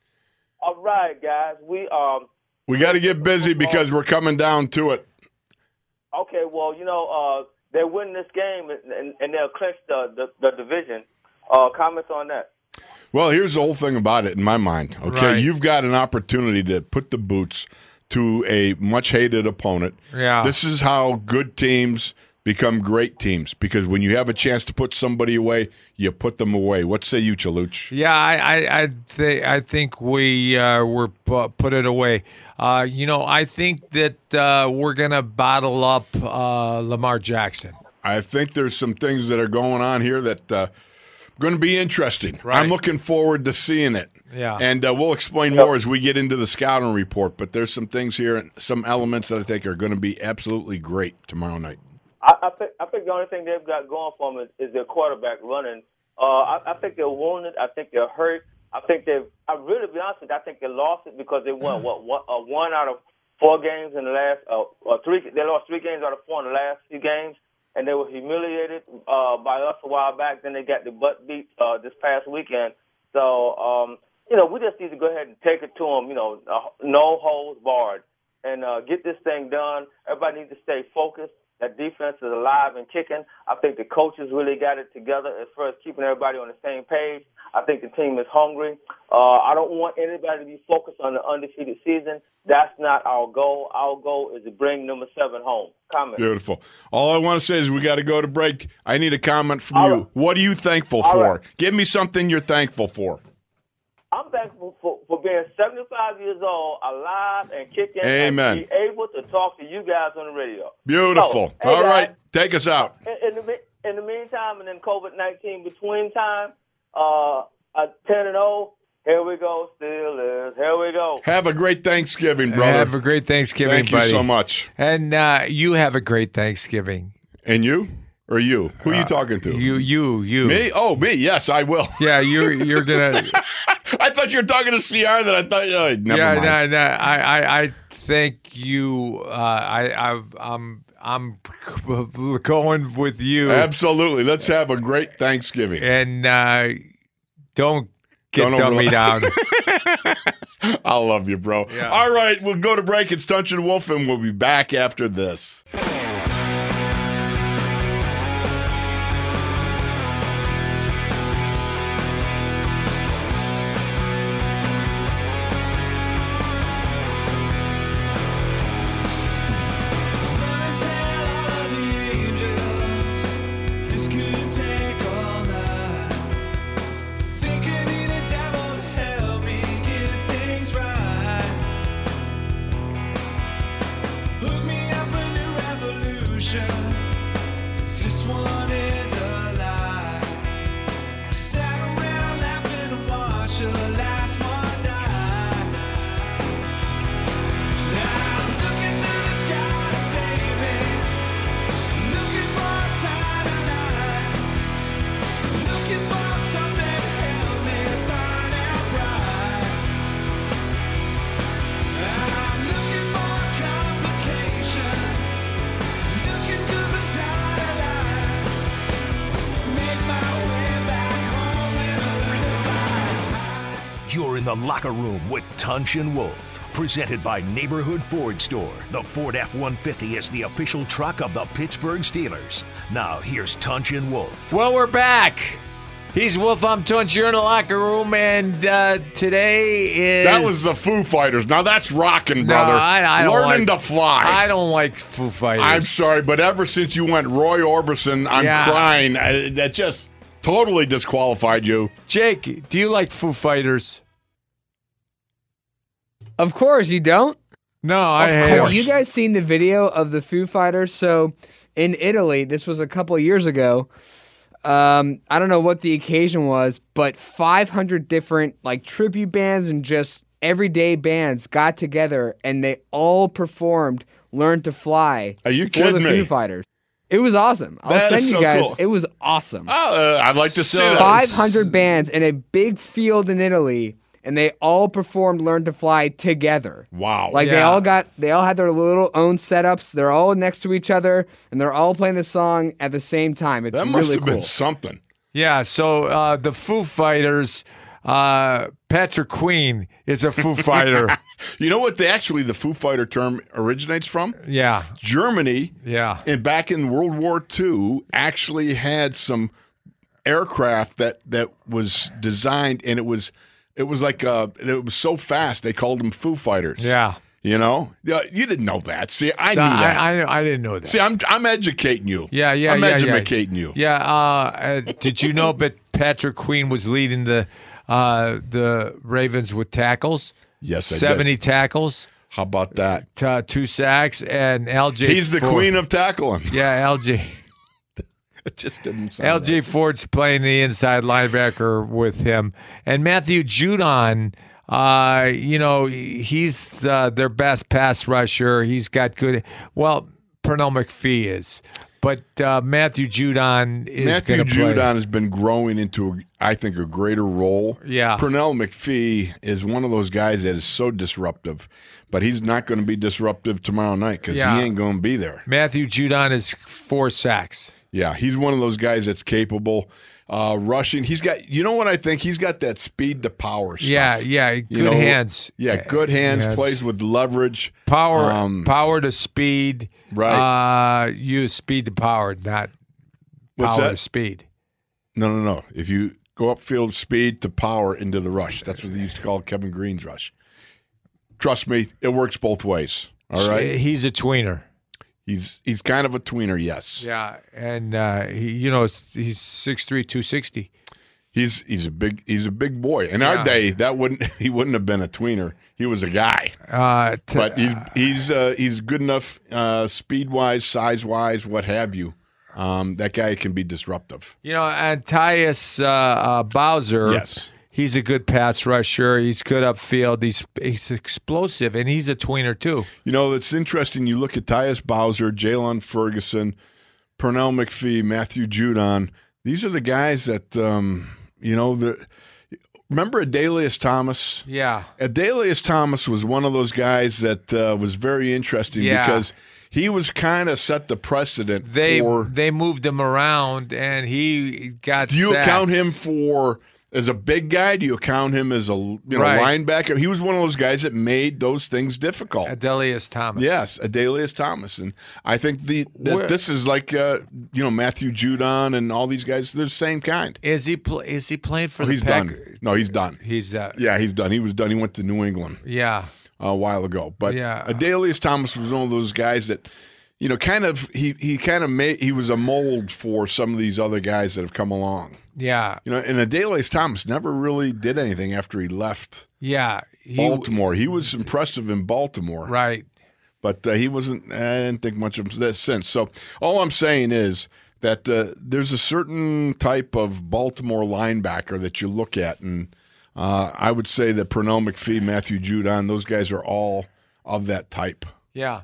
[SPEAKER 6] All right, guys. We, um,
[SPEAKER 3] We got to get busy because we're coming down to it.
[SPEAKER 6] Okay, well, you know, uh, they win this game and, and, and they'll clinch the, the, the division. Uh, comments on that?
[SPEAKER 3] Well, here's the whole thing about it in my mind. Okay,
[SPEAKER 2] Right.
[SPEAKER 3] you've got an opportunity to put the boots to a much hated opponent.
[SPEAKER 2] Yeah.
[SPEAKER 3] This is how good teams become great teams because when you have a chance to put somebody away, you put them away. What say you, Chaluch?
[SPEAKER 2] Yeah, I I I, th- I think we uh, were pu- put it away. Uh, you know, I think that uh, we're gonna bottle up uh, Lamar Jackson.
[SPEAKER 3] I think there's some things that are going on here that uh, going to be interesting.
[SPEAKER 2] Right.
[SPEAKER 3] I'm looking forward to seeing it.
[SPEAKER 2] Yeah.
[SPEAKER 3] And uh, we'll explain more as we get into the scouting report, but there's some things here and some elements that I think are going to be absolutely great tomorrow night.
[SPEAKER 6] I, I, think, I think the only thing they've got going for them is, is their quarterback running. Uh, I, I think they're wounded. I think they're hurt. I think they've, I really, to be honest with you, I think they lost it because they won, what, one, uh, one out of four games in the last, uh, uh, three, they lost three games out of four in the last few games, and they were humiliated uh, by us a while back. Then they got the butt beat uh, this past weekend. So, um, you know, we just need to go ahead and take it to them, you know, uh, no holds barred and uh, get this thing done. Everybody needs to stay focused. That defense is alive and kicking. I think the coaches really got it together as far as keeping everybody on the same page. I think the team is hungry. Uh, I don't want anybody to be focused on the undefeated season. That's not our goal. Our goal is to bring number seven home. Comment.
[SPEAKER 3] Beautiful. All I want to say is we got to go to break. I need a comment from
[SPEAKER 6] All
[SPEAKER 3] you.
[SPEAKER 6] right.
[SPEAKER 3] What are you thankful
[SPEAKER 6] All
[SPEAKER 3] for?
[SPEAKER 6] right.
[SPEAKER 3] Give me something you're thankful for.
[SPEAKER 6] I'm thankful for, for being 75 years old, alive and kicking,
[SPEAKER 3] Amen.
[SPEAKER 6] and be able to talk to you guys on the radio.
[SPEAKER 3] Beautiful.
[SPEAKER 6] So, Oh, hey,
[SPEAKER 3] All
[SPEAKER 6] guys.
[SPEAKER 3] right. Take us out.
[SPEAKER 6] in, in the me- in the meantime, and then COVID nineteen between time, uh, uh, ten and zero. Here we go, Steelers. Here we go.
[SPEAKER 3] Have a great Thanksgiving, brother.
[SPEAKER 2] Have a great Thanksgiving,
[SPEAKER 3] Thank
[SPEAKER 2] buddy.
[SPEAKER 3] you so much.
[SPEAKER 2] And uh, you have a great Thanksgiving. Uh,
[SPEAKER 3] And you? Or you? Who are you talking to?
[SPEAKER 2] You, you, you.
[SPEAKER 3] Me? Oh, me. Yes, I will.
[SPEAKER 2] Yeah, you're you're gonna.
[SPEAKER 3] I thought you were talking to CR that I thought, uh, never
[SPEAKER 2] yeah,
[SPEAKER 3] mind.
[SPEAKER 2] no, no. I, I, I think you. Uh, I, I, I'm, I'm going with you,
[SPEAKER 3] Absolutely. Let's have a great Thanksgiving.
[SPEAKER 2] and uh, don't get
[SPEAKER 3] Don't
[SPEAKER 2] dummy down.
[SPEAKER 3] I love you, bro.
[SPEAKER 2] Yeah.
[SPEAKER 3] All right, we'll go to break. It's Tunch and Wolf, and we'll be back after this.
[SPEAKER 5] This one is a lie. Sat around laughing and watched the last one die. I'm looking to the sky to save me. Looking for a sign of light. Looking for something to help me find out right. I'm looking for a complication. Looking 'cause I'm tired of lying. Make my way back home in a
[SPEAKER 1] You're in the locker room with Tunch and Wolf. Presented by Neighborhood Ford Store. The Ford F 150 is the official truck of the Pittsburgh Steelers. Now, here's Tunch and Wolf.
[SPEAKER 2] well, we're back. He's Wolf. I'm Tunch. You're in the locker room, and uh, today is
[SPEAKER 3] That was the Foo Fighters. Now that's rocking,
[SPEAKER 2] No,
[SPEAKER 3] brother.
[SPEAKER 2] I, I don't
[SPEAKER 3] Learning
[SPEAKER 2] like-
[SPEAKER 3] to fly.
[SPEAKER 2] I don't like Foo Fighters.
[SPEAKER 3] I'm sorry, but ever since you went Roy Orbison, I'm
[SPEAKER 2] Yeah.
[SPEAKER 3] crying. I, that just totally disqualified you.
[SPEAKER 2] Jake, do you like Foo Fighters?
[SPEAKER 7] Of course, you don't.
[SPEAKER 2] No, I
[SPEAKER 3] Of
[SPEAKER 2] hate 'em.
[SPEAKER 3] course.
[SPEAKER 7] You guys seen the video of the Foo Fighters? So in Italy, this was a couple years ago. Um, I don't know what the occasion was, but 500 different like tribute bands and just everyday bands got together and they all performed "Learn to Fly"
[SPEAKER 3] Are you
[SPEAKER 7] for the
[SPEAKER 3] kidding me?
[SPEAKER 7] Foo Fighters. It was awesome. I'll
[SPEAKER 3] That
[SPEAKER 7] send
[SPEAKER 3] is
[SPEAKER 7] you
[SPEAKER 3] so
[SPEAKER 7] guys.
[SPEAKER 3] cool.
[SPEAKER 7] It was awesome.
[SPEAKER 3] Oh, uh, I'd like to see
[SPEAKER 2] So-
[SPEAKER 3] that.
[SPEAKER 2] Five-
[SPEAKER 7] 500 bands in a big field in Italy, and they all performed Learn to Fly together.
[SPEAKER 3] Wow.
[SPEAKER 7] Like they
[SPEAKER 2] Yeah.
[SPEAKER 7] all got they all had their little own setups. They're all next to each other and they're all playing the song at the same time. It's
[SPEAKER 3] that must
[SPEAKER 7] really
[SPEAKER 3] have
[SPEAKER 7] cool.
[SPEAKER 3] been something.
[SPEAKER 2] Yeah, so uh, the Foo Fighters, uh, Patrick Queen is a Foo Fighter.
[SPEAKER 3] You know what? The, actually, the Foo Fighter term originates from
[SPEAKER 2] yeah,
[SPEAKER 3] Germany.
[SPEAKER 2] yeah.
[SPEAKER 3] And back in World War II, actually had some aircraft that that was designed, and it was it was like uh, it was so fast they called them Foo Fighters.
[SPEAKER 2] Yeah.
[SPEAKER 3] You know, yeah, you didn't know that. See, I
[SPEAKER 2] So
[SPEAKER 3] knew that.
[SPEAKER 2] I, I, I didn't know that.
[SPEAKER 3] See, I'm I'm educating you.
[SPEAKER 2] yeah, yeah,
[SPEAKER 3] I'm
[SPEAKER 2] yeah,
[SPEAKER 3] educating
[SPEAKER 2] yeah.
[SPEAKER 3] you.
[SPEAKER 2] Yeah. Uh, uh, did you know? But Patrick Queen was leading the uh, the Ravens with tackles,
[SPEAKER 3] Yes, I did.
[SPEAKER 2] seventy tackles,
[SPEAKER 3] How about that?
[SPEAKER 2] t- uh, two sacks, and LJ.
[SPEAKER 3] He's the
[SPEAKER 2] Ford-
[SPEAKER 3] queen of tackling.
[SPEAKER 2] Yeah, LJ.
[SPEAKER 3] It just didn't sound
[SPEAKER 2] LJ Ford's playing the inside linebacker with him, and Matthew Judon. Uh, you know, he's uh, their best pass rusher. He's got good. Well, Pernell McPhee is, but uh, Matthew Judon is
[SPEAKER 3] Matthew
[SPEAKER 2] gonna play.
[SPEAKER 3] Judon has been growing into, I think, a greater role.
[SPEAKER 2] Yeah.
[SPEAKER 3] Pernell McPhee is one of those guys that is so disruptive, but he's not going to be disruptive tomorrow night because
[SPEAKER 2] Yeah.
[SPEAKER 3] he ain't going to be there.
[SPEAKER 2] Matthew Judon is four sacks.
[SPEAKER 3] Yeah, he's one of those guys that's capable, uh, rushing. He's got, you know what I think? He's got that speed to power stuff.
[SPEAKER 2] Yeah, yeah, good
[SPEAKER 3] You know,
[SPEAKER 2] hands.
[SPEAKER 3] Yeah, good hands,
[SPEAKER 2] Yes.
[SPEAKER 3] plays with leverage.
[SPEAKER 2] Power,
[SPEAKER 3] Um,
[SPEAKER 2] power to speed.
[SPEAKER 3] Right.
[SPEAKER 2] Uh, use speed to power, not
[SPEAKER 3] What's
[SPEAKER 2] power
[SPEAKER 3] that?
[SPEAKER 2] to speed.
[SPEAKER 3] No, no, no. If you go upfield speed to power into the rush, that's what they used to call Kevin Green's rush. Trust me, it works both ways. All right.
[SPEAKER 2] He's a tweener.
[SPEAKER 3] He's he's kind of a tweener, yes.
[SPEAKER 2] Yeah, and uh, he, you know, s- he's 6'3", 260.
[SPEAKER 3] He's he's a big he's a big boy. In
[SPEAKER 2] Yeah.
[SPEAKER 3] our day, that wouldn't he wouldn't have been a tweener. He was a guy.
[SPEAKER 2] Uh, t-
[SPEAKER 3] But he's he's uh, he's good enough uh, speed wise, size wise, what have you. Um, that guy can be disruptive.
[SPEAKER 2] you know, Antias uh, uh, Bowser.
[SPEAKER 3] Yes.
[SPEAKER 2] He's a good pass rusher. He's good upfield. He's he's explosive, and he's a tweener too.
[SPEAKER 3] You know, it's interesting. You look at Tyus Bowser, Jalen Ferguson, Pernell McPhee, Matthew Judon. These are the guys that um, you know. The remember Adelius Thomas.
[SPEAKER 2] Yeah,
[SPEAKER 3] Adelius Thomas was one of those guys that uh, was very interesting
[SPEAKER 2] Yeah.
[SPEAKER 3] because he was kind of set the precedent
[SPEAKER 2] they
[SPEAKER 3] for.
[SPEAKER 2] they moved him around, and he got.
[SPEAKER 3] do you
[SPEAKER 2] sacks.
[SPEAKER 3] account him for as a big guy? Do you account him as a you know
[SPEAKER 2] Right.
[SPEAKER 3] linebacker? He was one of those guys that made those things difficult.
[SPEAKER 2] Adelius Thomas?
[SPEAKER 3] Yes, Adelius Thomas, and I think the
[SPEAKER 2] Where-
[SPEAKER 3] that this is like uh, you know Matthew Judon and all these guys. They're the same kind.
[SPEAKER 2] Is he pl- is he playing for
[SPEAKER 3] Oh,
[SPEAKER 2] the
[SPEAKER 3] he's
[SPEAKER 2] Pack-
[SPEAKER 3] done. No, he's done.
[SPEAKER 2] He's uh,
[SPEAKER 3] Yeah, he's done. He was done. He went to New England
[SPEAKER 2] yeah.
[SPEAKER 3] a while ago. But
[SPEAKER 2] Yeah.
[SPEAKER 3] Adelius Thomas was one of those guys that you know kind of he he kind of made he was a mold for some of these other guys that have come along.
[SPEAKER 2] Yeah.
[SPEAKER 3] You know, and Adelius Thomas never really did anything after he left
[SPEAKER 2] Yeah. He,
[SPEAKER 3] Baltimore. He was impressive in Baltimore
[SPEAKER 2] Right.
[SPEAKER 3] but uh, he wasn't. I didn't think much of this since. So all I'm saying is that uh, there's a certain type of Baltimore linebacker that you look at, and uh, I would say that Pernell McPhee, Matthew Judon, those guys are all of that type.
[SPEAKER 2] Yeah.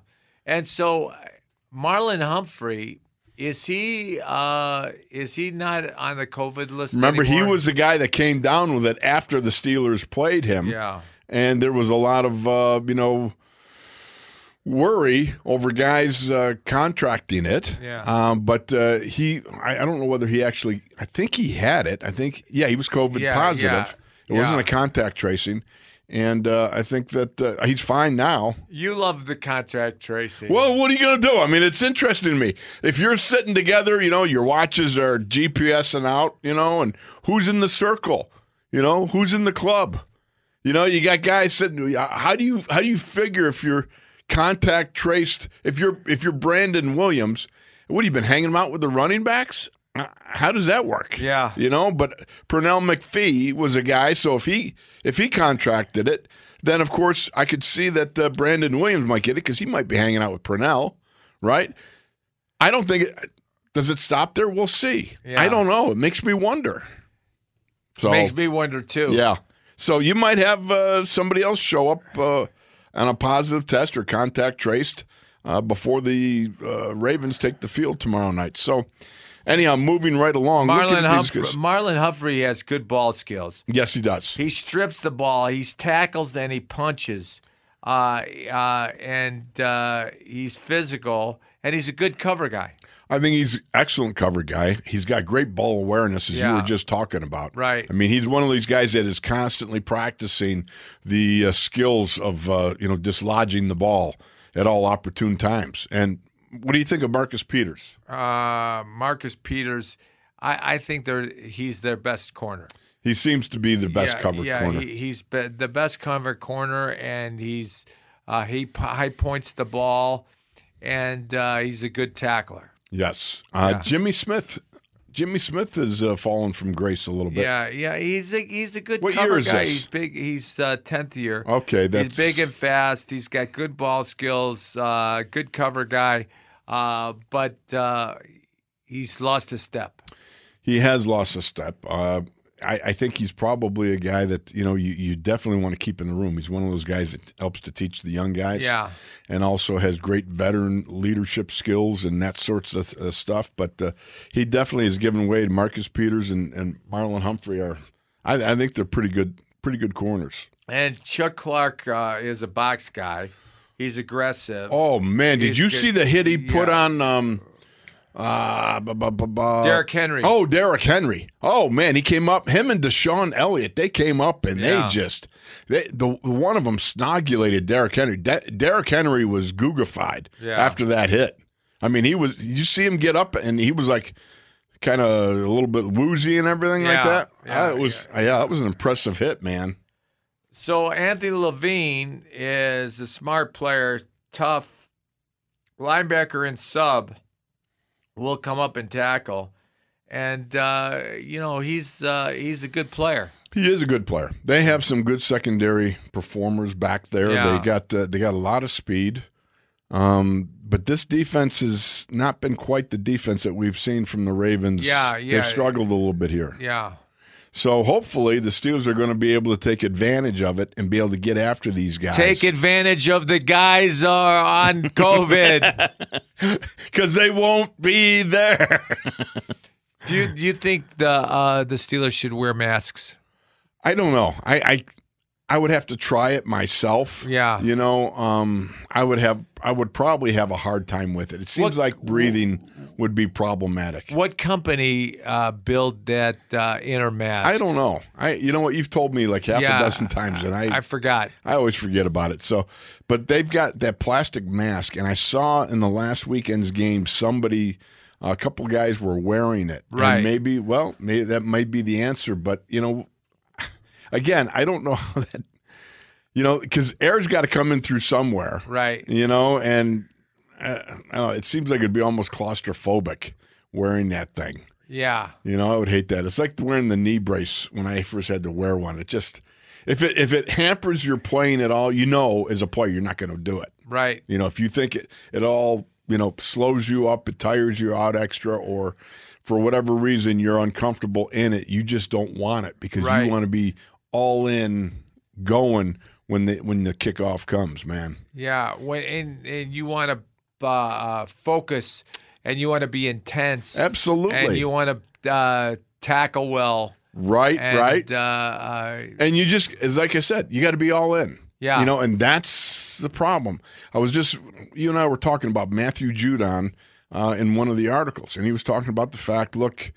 [SPEAKER 2] And so uh, Marlon Humphrey, is he uh is he not on the COVID list?
[SPEAKER 3] Remember, he
[SPEAKER 2] anymore?
[SPEAKER 3] was the guy that came down with it after the Steelers played him,
[SPEAKER 2] Yeah.
[SPEAKER 3] and there was a lot of uh, you know. Worry over guys uh, contracting it,
[SPEAKER 2] Yeah.
[SPEAKER 3] Um, but uh, he, I, I don't know whether he actually. I think he had it. I think, yeah, he was COVID
[SPEAKER 2] Yeah,
[SPEAKER 3] positive. It
[SPEAKER 2] yeah,
[SPEAKER 3] wasn't
[SPEAKER 2] yeah.
[SPEAKER 3] a contact tracing, and uh, I think that uh, he's fine now.
[SPEAKER 2] You love the contract tracing.
[SPEAKER 3] Well, what are you going to do? I mean, it's interesting to me. If you're sitting together, you know, your watches are GPS and out, you know, and who's in the circle? You know, who's in the club? You know, you got guys sitting. uh, How do you how do you figure if you're contact traced? If you're if you're Brandon Williams, what have you been hanging out with the running backs? Uh, How does that work?
[SPEAKER 2] Yeah.
[SPEAKER 3] you know. But Pernell McPhee was a guy. So if he if he contracted it, then of course I could see that uh, Brandon Williams might get it because he might be hanging out with Pernell, right? I don't think it does. It stop there. We'll see.
[SPEAKER 2] Yeah.
[SPEAKER 3] I don't know. It makes me wonder. So
[SPEAKER 2] makes me wonder too.
[SPEAKER 3] yeah. So you might have uh, somebody else show up uh, on a positive test or contact traced uh, before the uh, Ravens take the field tomorrow night. So Anyhow, moving right along. look
[SPEAKER 2] Marlon,
[SPEAKER 3] at these
[SPEAKER 2] Humphrey,
[SPEAKER 3] guys.
[SPEAKER 2] Marlon Humphrey has good ball skills.
[SPEAKER 3] Yes, he does.
[SPEAKER 2] He strips the ball, he tackles and he punches, uh, uh, and uh, he's physical, and he's a good cover guy.
[SPEAKER 3] I think he's excellent cover guy. He's got great ball awareness, as you
[SPEAKER 2] Yeah.
[SPEAKER 3] were just talking about.
[SPEAKER 2] Right.
[SPEAKER 3] I mean, he's one of these guys that is constantly practicing the uh, skills of uh, you know dislodging the ball at all opportune times. And what do you think of Marcus Peters?
[SPEAKER 2] Uh, Marcus Peters, I, I think they're, he's their best corner.
[SPEAKER 3] He seems to be the best
[SPEAKER 2] yeah,
[SPEAKER 3] cover
[SPEAKER 2] yeah,
[SPEAKER 3] corner.
[SPEAKER 2] He, he's be, the best cover corner, and he's uh, he p- high points the ball, and uh, he's a good tackler.
[SPEAKER 3] yes. Uh, Jimmy Smith. Jimmy Smith has uh, fallen from grace a little bit.
[SPEAKER 2] yeah, yeah, he's a he's a good
[SPEAKER 3] What
[SPEAKER 2] cover
[SPEAKER 3] year is
[SPEAKER 2] guy.
[SPEAKER 3] this?
[SPEAKER 2] He's big. He's uh, tenth year.
[SPEAKER 3] Okay, that's
[SPEAKER 2] he's big and fast. He's got good ball skills. Uh, good cover guy, uh, but uh, he's lost a step.
[SPEAKER 3] He has lost a step. Uh, I, I think he's probably a guy that you know you, you definitely want to keep in the room. He's one of those guys that helps to teach the young guys,
[SPEAKER 2] Yeah.
[SPEAKER 3] and also has great veteran leadership skills and that sorts of uh, stuff. But uh, he definitely has given way to Marcus Peters and, and Marlon Humphrey. Are I, I think they're pretty good, pretty good corners.
[SPEAKER 2] And Chuck Clark uh, is a box guy. He's aggressive.
[SPEAKER 3] Oh man, did
[SPEAKER 2] He's
[SPEAKER 3] you
[SPEAKER 2] good.
[SPEAKER 3] see the hit he put
[SPEAKER 2] Yeah.
[SPEAKER 3] on? Um, uh, bu- bu- bu- bu-
[SPEAKER 2] Derrick Henry.
[SPEAKER 3] Oh, Derrick Henry. Oh man, he came up. Him and Deshaun Elliott, they came up and
[SPEAKER 2] Yeah.
[SPEAKER 3] they just they the one of them snogulated Derrick Henry. De- Derrick Henry was googified
[SPEAKER 2] Yeah.
[SPEAKER 3] after that hit. I mean, he was. You see him get up and he was like. Kind of a little bit woozy and everything like
[SPEAKER 2] Yeah,
[SPEAKER 3] that.
[SPEAKER 2] yeah,
[SPEAKER 3] that was yeah. that was an impressive hit, man.
[SPEAKER 2] So Anthony Levine is a smart player, tough linebacker and sub will come up and tackle, and uh, you know he's uh, he's a good player.
[SPEAKER 3] He is a good player. They have some good secondary performers back there.
[SPEAKER 2] Yeah.
[SPEAKER 3] They got uh, they got a lot of speed. Um, but this defense has not been quite the defense that we've seen from the Ravens.
[SPEAKER 2] Yeah, yeah.
[SPEAKER 3] They've struggled a little bit here.
[SPEAKER 2] Yeah,
[SPEAKER 3] So hopefully the Steelers are going to be able to take advantage of it and be able to get after these guys.
[SPEAKER 2] take advantage of the guys are on COVID.
[SPEAKER 3] because they won't be there.
[SPEAKER 2] do you do you think the uh, the Steelers should wear masks?
[SPEAKER 3] I don't know. I, I I would have to try it myself.
[SPEAKER 2] Yeah.
[SPEAKER 3] You know, um, I would have I would probably have a hard time with it. It seems
[SPEAKER 2] What-
[SPEAKER 3] like breathing would be problematic.
[SPEAKER 2] What company uh, built that uh, inner mask?
[SPEAKER 3] I don't know. I you know what you've told me like half
[SPEAKER 2] Yeah,
[SPEAKER 3] a dozen times and I
[SPEAKER 2] I forgot.
[SPEAKER 3] I always forget about it. So, but they've got that plastic mask, and I saw in the last weekend's game somebody, a couple guys were wearing it. And
[SPEAKER 2] Right.
[SPEAKER 3] maybe, well, maybe that might be the answer. But you know, again, I don't know how that, you know, because air's got to come in through somewhere,
[SPEAKER 2] Right.
[SPEAKER 3] you know, and uh, I don't know, it seems like it'd be almost claustrophobic wearing that thing.
[SPEAKER 2] Yeah.
[SPEAKER 3] You know, I would hate that. It's like wearing the knee brace when I first had to wear one. It just if it if it hampers your playing at all, you know, as a player, you're not going to do it.
[SPEAKER 2] Right.
[SPEAKER 3] You know, if you think it it all you know slows you up, it tires you out extra, or for whatever reason you're uncomfortable in it, you just don't want it because
[SPEAKER 2] Right.
[SPEAKER 3] you want to be all in going when the when the kickoff comes, man.
[SPEAKER 2] Yeah, when and, and you want to uh, uh, focus, and you want to be intense,
[SPEAKER 3] Absolutely,
[SPEAKER 2] and you want to uh, tackle well,
[SPEAKER 3] right,
[SPEAKER 2] and,
[SPEAKER 3] right.
[SPEAKER 2] Uh, uh,
[SPEAKER 3] And you just, as like I said, you got to be all in.
[SPEAKER 2] Yeah.
[SPEAKER 3] You know, and that's the problem. I was just, you and I were talking about Matthew Judon uh, in one of the articles, and he was talking about the fact, look,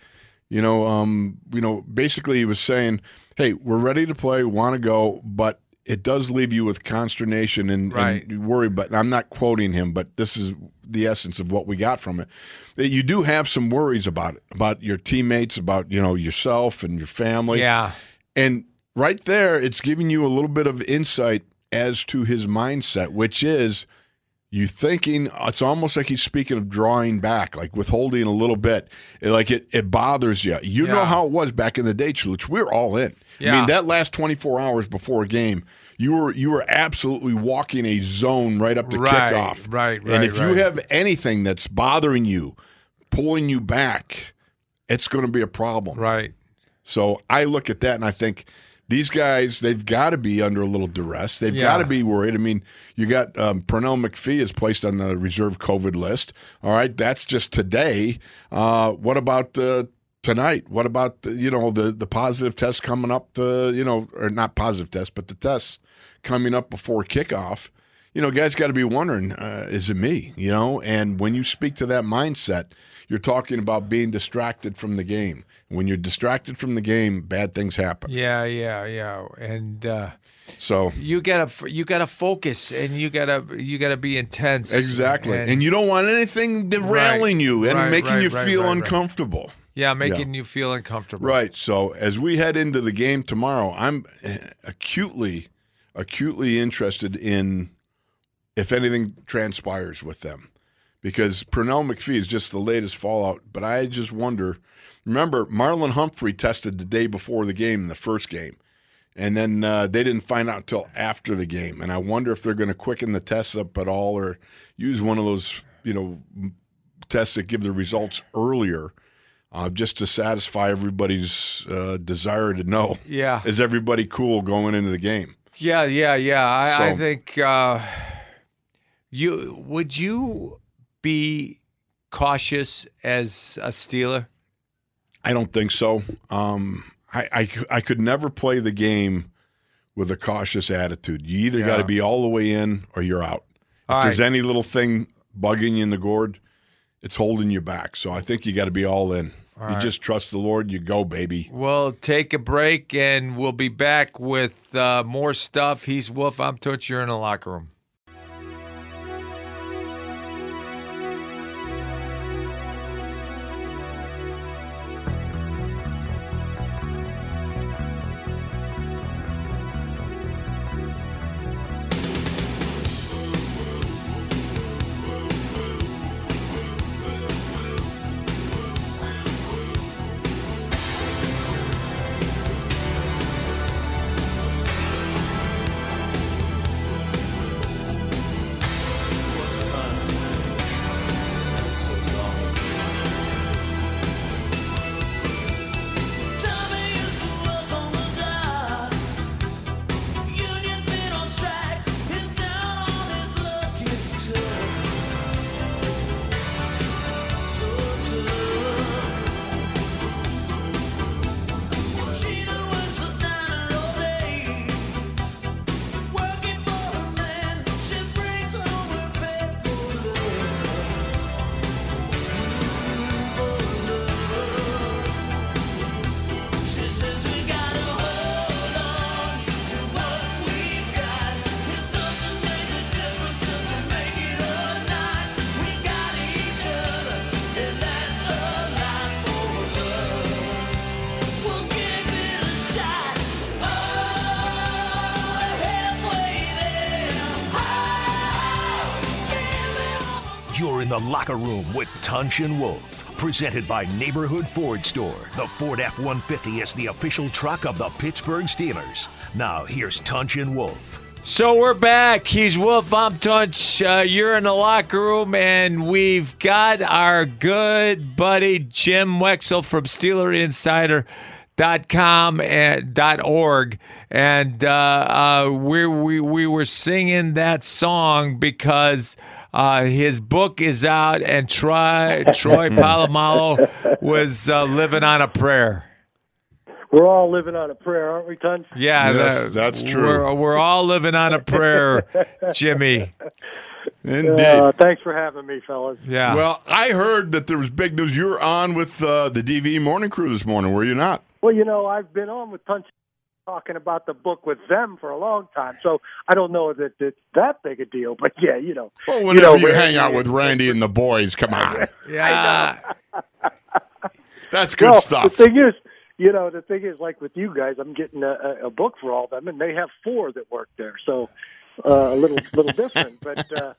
[SPEAKER 3] you know, um, you know, basically he was saying, hey, we're ready to play, want to go, but it does leave you with consternation and,
[SPEAKER 2] Right.
[SPEAKER 3] and you worry. But and I'm not quoting him, but this is the essence of what we got from it. That you do have some worries about it, about your teammates, about you know yourself and your family.
[SPEAKER 2] yeah,
[SPEAKER 3] And right there, it's giving you a little bit of insight as to his mindset, which is you thinking it's almost like he's speaking of drawing back, like withholding a little bit. It- Like it, it bothers you. You know
[SPEAKER 2] Yeah.
[SPEAKER 3] how it was back in the day, Chulich. We were all in. I
[SPEAKER 2] Yeah.
[SPEAKER 3] mean, that last 24 hours before a game, you were you were absolutely walking a zone right up to
[SPEAKER 2] Right,
[SPEAKER 3] kickoff.
[SPEAKER 2] right,
[SPEAKER 3] And
[SPEAKER 2] right,
[SPEAKER 3] if you
[SPEAKER 2] right.
[SPEAKER 3] have anything that's bothering you, pulling you back, it's going to be a problem.
[SPEAKER 2] right.
[SPEAKER 3] So I look at that and I think these guys, they've got to be under a little duress. They've
[SPEAKER 2] Yeah.
[SPEAKER 3] got to be worried. I mean, you got um, Pernell McPhee is placed on the reserve COVID list. All right, that's just today. Uh, what about uh, tonight? What about the, you know the the positive test coming up? Uh, you know, or not positive test, but the tests coming up before kickoff. You know, guys got to be wondering, uh, is it me? You know, and when you speak to that mindset, you're talking about being distracted from the game. When you're distracted from the game, bad things happen.
[SPEAKER 2] Yeah, yeah, yeah. And uh,
[SPEAKER 3] So
[SPEAKER 2] you gotta f- you gotta focus, and you gotta you gotta be intense.
[SPEAKER 3] Exactly. And, you don't want anything derailing you and
[SPEAKER 2] Right,
[SPEAKER 3] making
[SPEAKER 2] right,
[SPEAKER 3] you
[SPEAKER 2] right,
[SPEAKER 3] feel
[SPEAKER 2] right, right.
[SPEAKER 3] uncomfortable.
[SPEAKER 2] yeah, making you feel uncomfortable.
[SPEAKER 3] Right. So as we head into the game tomorrow, I'm acutely, acutely interested in if anything transpires with them. Because Pernell McPhee is just the latest fallout, but I just wonder. Remember, Marlon Humphrey tested the day before the game in the first game, and then uh, they didn't find out till after the game. And I wonder if they're going to quicken the tests up at all, or use one of those, you know, tests that give the results earlier uh, just to satisfy everybody's uh, desire to know
[SPEAKER 2] Yeah.
[SPEAKER 3] is everybody cool going into the game?
[SPEAKER 2] Yeah, yeah, yeah. I, I
[SPEAKER 3] So-
[SPEAKER 2] think uh, you would you be cautious as a Steeler?
[SPEAKER 3] I don't think so. Um, I, I c- I could never play the game with a cautious attitude. You either got to
[SPEAKER 2] Yeah.
[SPEAKER 3] be all the way in or you're out. If
[SPEAKER 2] All
[SPEAKER 3] there's
[SPEAKER 2] right.
[SPEAKER 3] any little thing bugging you in the gourd, it's holding you back. So I think you got to be all in. you
[SPEAKER 2] right.
[SPEAKER 3] just trust the Lord. You go, baby.
[SPEAKER 2] We'll take a break and we'll be back with uh, more stuff. He's Wolf. I'm Toots. You're in the locker room.
[SPEAKER 5] Working for a man, she brings home her bed for love. She says we gotta hold on to what we've got. It doesn't make a difference if we make it or not. We got each other, and that's a lot for love. We'll give it a shot. Oh, halfway there. Oh, give it all.
[SPEAKER 1] You're in the locker room with Tunch and Wolf. Presented by Neighborhood Ford Store. The Ford F 150 is the official truck of the Pittsburgh Steelers. Now, here's Tunch and Wolf.
[SPEAKER 2] So we're back. He's Wolf. I'm Tunch. Uh, you're in the locker room, and we've got our good buddy Jim Wexel from SteelerInsider.com and dot .org, and uh, uh, we we we were singing that song because uh, his book is out, and Troy Troy Palomalo was uh, living on a prayer.
[SPEAKER 8] We're all living on a prayer, aren't we, Tons?
[SPEAKER 2] Yeah,
[SPEAKER 3] Yes, that's true.
[SPEAKER 2] We're, we're all living on a prayer, Jimmy.
[SPEAKER 3] Indeed.
[SPEAKER 8] Uh, thanks for having me, fellas.
[SPEAKER 2] Yeah.
[SPEAKER 3] well, I heard that there was big news. You were on with uh, the DV Morning Crew this morning, were you not?
[SPEAKER 8] Well, you know, I've been on with Tons talking about the book with them for a long time, so I don't know that it's that big a deal, but yeah, you know.
[SPEAKER 3] Well,
[SPEAKER 8] you, know,
[SPEAKER 3] whenever you,
[SPEAKER 8] we're-
[SPEAKER 3] hang out with Randy and the boys, come on.
[SPEAKER 2] yeah.
[SPEAKER 3] That's good
[SPEAKER 8] well, The
[SPEAKER 3] stuff.
[SPEAKER 8] thing is, you know, the thing is, like with you guys, I'm getting a, a- a book for all of them, and they have four that work there, so uh, a little little different. But uh,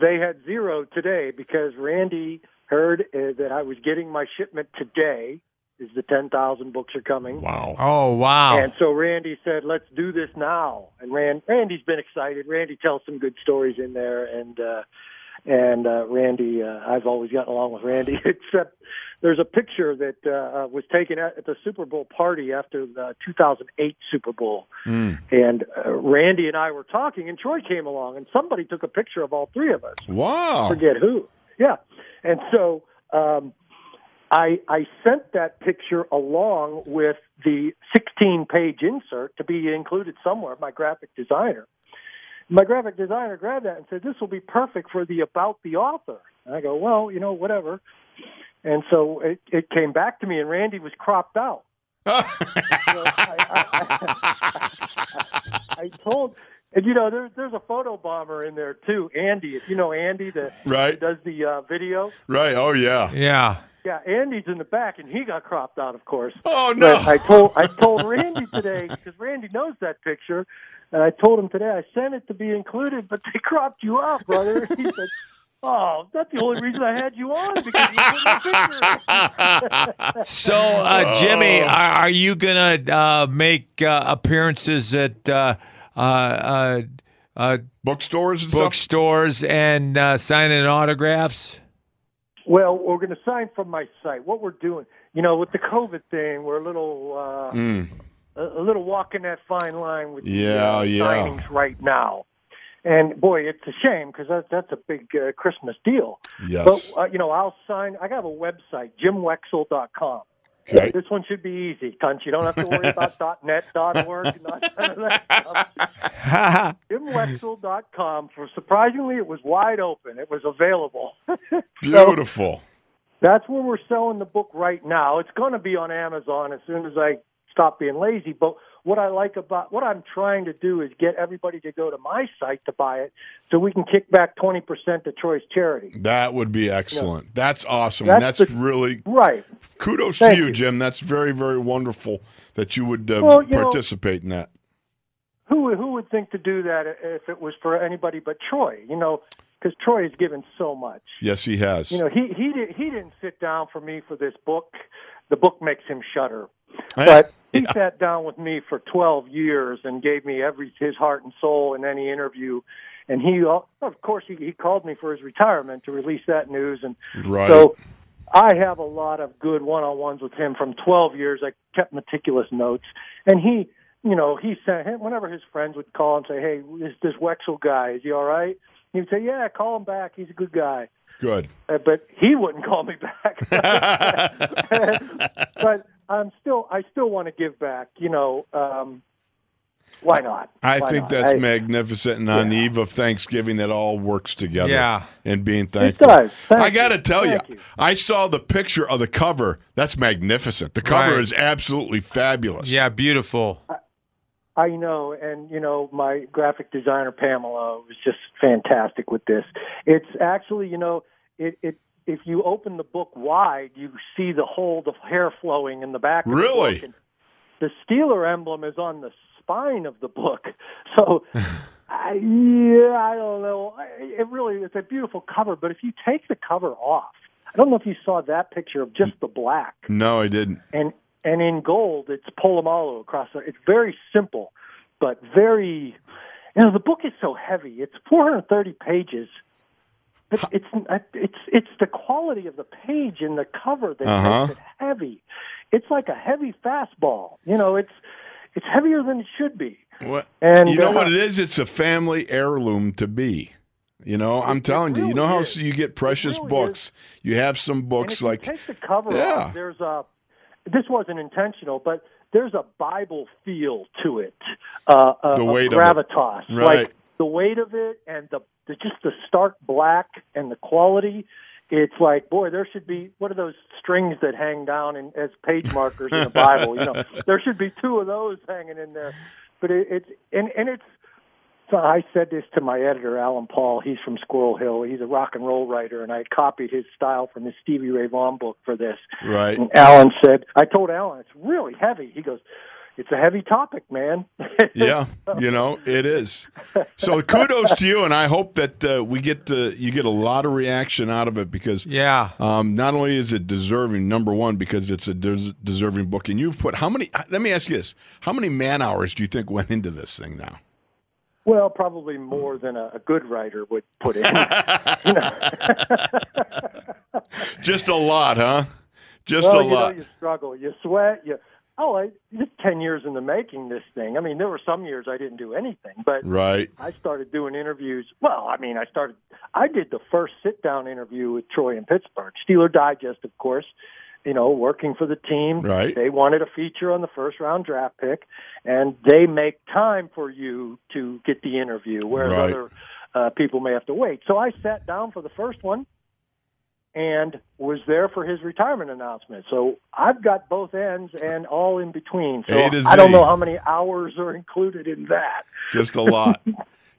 [SPEAKER 8] they had zero today because Randy heard uh, that I was getting my shipment today. Is the ten thousand books are coming?
[SPEAKER 3] Wow.
[SPEAKER 2] Oh wow.
[SPEAKER 8] And so Randy said, "Let's do this now." And Rand, Randy's been excited. Randy tells some good stories in there, and uh, and uh, Randy. Uh, I've always gotten along with Randy, except there's a picture that uh, was taken at, at the Super Bowl party after the 2008 Super Bowl,
[SPEAKER 3] Mm.
[SPEAKER 8] and uh, Randy and I were talking, and Troy came along, and somebody took a picture of all three of us.
[SPEAKER 3] Wow.
[SPEAKER 8] Forget who? Yeah, and so. Um, I, I sent that picture along with the 16 page insert to be included somewhere, my graphic designer. My graphic designer grabbed that and said, This will be perfect for the about the author. And I go, Well, you know, whatever. And so it, it came back to me, and Randy was cropped out. So I, I, I, I told, and you know, there, there's a photo bomber in there too, Andy. If you know Andy, that
[SPEAKER 3] Right.
[SPEAKER 8] does the uh, video.
[SPEAKER 3] Right. Oh yeah.
[SPEAKER 2] Yeah.
[SPEAKER 8] Yeah, Andy's in the back, and he got cropped out, of course.
[SPEAKER 3] Oh no.
[SPEAKER 8] But I told I told Randy today because Randy knows that picture, and I told him today I sent it to be included, but they cropped you out, brother. he said, "Oh, that's the only reason I had you on because you put my picture."
[SPEAKER 2] So,
[SPEAKER 3] Oh.
[SPEAKER 2] uh, Jimmy, are, are you gonna uh, make uh, appearances at uh, uh, uh, uh,
[SPEAKER 3] Bookstores and stuff.
[SPEAKER 2] bookstores and uh, signing autographs?
[SPEAKER 8] Well, we're going to sign from my site. What we're doing, you know, with the COVID thing, we're a little uh, a, a little walking that fine line with
[SPEAKER 3] Mm. Yeah,
[SPEAKER 8] the, uh,
[SPEAKER 3] Oh, yeah.
[SPEAKER 8] signings right now. And boy, it's a shame because that, that's a big uh, Christmas deal.
[SPEAKER 3] Yes.
[SPEAKER 8] But, uh, you know, I'll sign. I have a website, jimwexel.com.
[SPEAKER 3] Okay.
[SPEAKER 8] This one should be easy, Tunch. You don't have to worry about dot .net, dot .org, and none of that stuff. JimWexel.com. For surprisingly, it was wide open. It was available.
[SPEAKER 3] Beautiful.
[SPEAKER 8] That's where we're selling the book right now. It's going to be on Amazon as soon as I stop being lazy. But what I like about what I'm trying to do is get everybody to go to my site to buy it, so we can kick back twenty percent to Troy's charity.
[SPEAKER 3] That would be excellent. That's awesome.
[SPEAKER 8] That's
[SPEAKER 3] That's,
[SPEAKER 8] the-
[SPEAKER 3] really
[SPEAKER 8] Right.
[SPEAKER 3] kudos
[SPEAKER 8] Thank
[SPEAKER 3] to you,
[SPEAKER 8] you.
[SPEAKER 3] Jim. That's very, very wonderful that you would uh,
[SPEAKER 8] Well, you know-
[SPEAKER 3] participate in that.
[SPEAKER 8] Who who would think to do that if it was for anybody but Troy? You know, because Troy has given so much.
[SPEAKER 3] Yes, he has.
[SPEAKER 8] You know, he he did, he didn't sit down for me for this book. The book makes him shudder, but he sat down with me for 12 years and gave me every his heart and soul in any interview. And he, al- of course, he, he called me for his retirement to release that news. And
[SPEAKER 3] right.
[SPEAKER 8] so I have a lot of good one-on-ones with him from 12 years. I kept meticulous notes, and he, you know, he sent him whenever his friends would call and say, "Hey, this this Wexel guy, is he all right?" He would say, "Yeah, call him back. He's a good guy."
[SPEAKER 3] Good.
[SPEAKER 8] Uh, but he wouldn't call me back. but I'm still, I still want to give back. You know, um, why not?
[SPEAKER 3] I
[SPEAKER 8] Why
[SPEAKER 3] think
[SPEAKER 8] not?
[SPEAKER 3] that's
[SPEAKER 8] I-
[SPEAKER 3] magnificent, and on the eve of Thanksgiving, that all works together.
[SPEAKER 2] Yeah.
[SPEAKER 3] and being thankful.
[SPEAKER 8] does. Thank
[SPEAKER 3] I got to
[SPEAKER 8] you.
[SPEAKER 3] tell you,
[SPEAKER 8] Thank you.
[SPEAKER 3] I saw the picture of the cover. That's magnificent. The cover
[SPEAKER 2] Right.
[SPEAKER 3] is absolutely fabulous.
[SPEAKER 2] Yeah, beautiful.
[SPEAKER 8] I know, and you know, my graphic designer Pamela was just fantastic with this. It's actually, you know, it, it if you open the book wide, you see the whole the hair flowing in the back. of the book.
[SPEAKER 3] Really?
[SPEAKER 8] And the Steeler emblem is on the spine of the book, so. I, yeah, I don't know. I- It really it's a beautiful cover, but if you take the cover off, I don't know if you saw that picture of just the black
[SPEAKER 3] No, I didn't.
[SPEAKER 8] and and in gold it's Polamalu across. The, it's very simple, but very. You know, the book is so heavy. It's 430 pages, but it's it's it's the quality of the page and the cover that
[SPEAKER 3] Uh-huh.
[SPEAKER 8] makes it heavy. It's like a heavy fastball. You know, it's it's heavier than it should be.
[SPEAKER 3] What?
[SPEAKER 8] And,
[SPEAKER 3] you know
[SPEAKER 8] uh,
[SPEAKER 3] what it is? It's a family heirloom to be. You know, I'm telling you. You know
[SPEAKER 8] really
[SPEAKER 3] how
[SPEAKER 8] is.
[SPEAKER 3] you get precious
[SPEAKER 8] really
[SPEAKER 3] books. You have some
[SPEAKER 8] And
[SPEAKER 3] books
[SPEAKER 8] if you
[SPEAKER 3] like
[SPEAKER 8] take the cover
[SPEAKER 3] Yeah.
[SPEAKER 8] off, there's a this wasn't intentional, but there's a Bible feel to it, uh, a,
[SPEAKER 3] The
[SPEAKER 8] a
[SPEAKER 3] weight of it.
[SPEAKER 8] gravitas,
[SPEAKER 3] Right.
[SPEAKER 8] Like the weight of it and the, the just the stark black and the quality. It's like, boy, there should be what are those strings that hang down in, as page markers in the Bible? You know, there should be two of those hanging in there. But it, it's and and it's so I said this to my editor, Alan Paul. He's from Squirrel Hill. He's a rock and roll writer, and I copied his style from his Stevie Ray Vaughan book for this.
[SPEAKER 3] right.
[SPEAKER 8] And Alan said, I told Alan, it's really heavy. He goes, it's a heavy topic, man.
[SPEAKER 3] Yeah, you know it is. So kudos to you, and I hope that uh, we get uh you get a lot of reaction out of it because
[SPEAKER 2] Yeah.
[SPEAKER 3] Um, not only is it deserving, number one, because it's a des- deserving book, uh, and you've put how many? Let me ask you this: How many man hours do you think went into this thing now?
[SPEAKER 8] Well, probably more than a, a good writer would put in.
[SPEAKER 3] Just a lot, huh? Just
[SPEAKER 8] well,
[SPEAKER 3] a
[SPEAKER 8] you know,
[SPEAKER 3] lot.
[SPEAKER 8] you struggle, you sweat, you. Oh, I, it's ten years in the making. This thing. I mean, there were some years I didn't do anything, but
[SPEAKER 3] right.
[SPEAKER 8] I started doing interviews. Well, I mean, I started. I did the first sit-down interview with Troy in Pittsburgh, Steeler Digest, of course. You know, working for the team.
[SPEAKER 3] Right.
[SPEAKER 8] They wanted a feature on the first round draft pick, and they make time for you to get the interview, whereas
[SPEAKER 3] Right.
[SPEAKER 8] other uh, people may have to wait. So I sat down for the first one and was there for his retirement announcement. So I've got both ends and all in between. So
[SPEAKER 3] A to
[SPEAKER 8] I don't
[SPEAKER 3] Z.
[SPEAKER 8] know how many hours are included in that.
[SPEAKER 3] just a lot.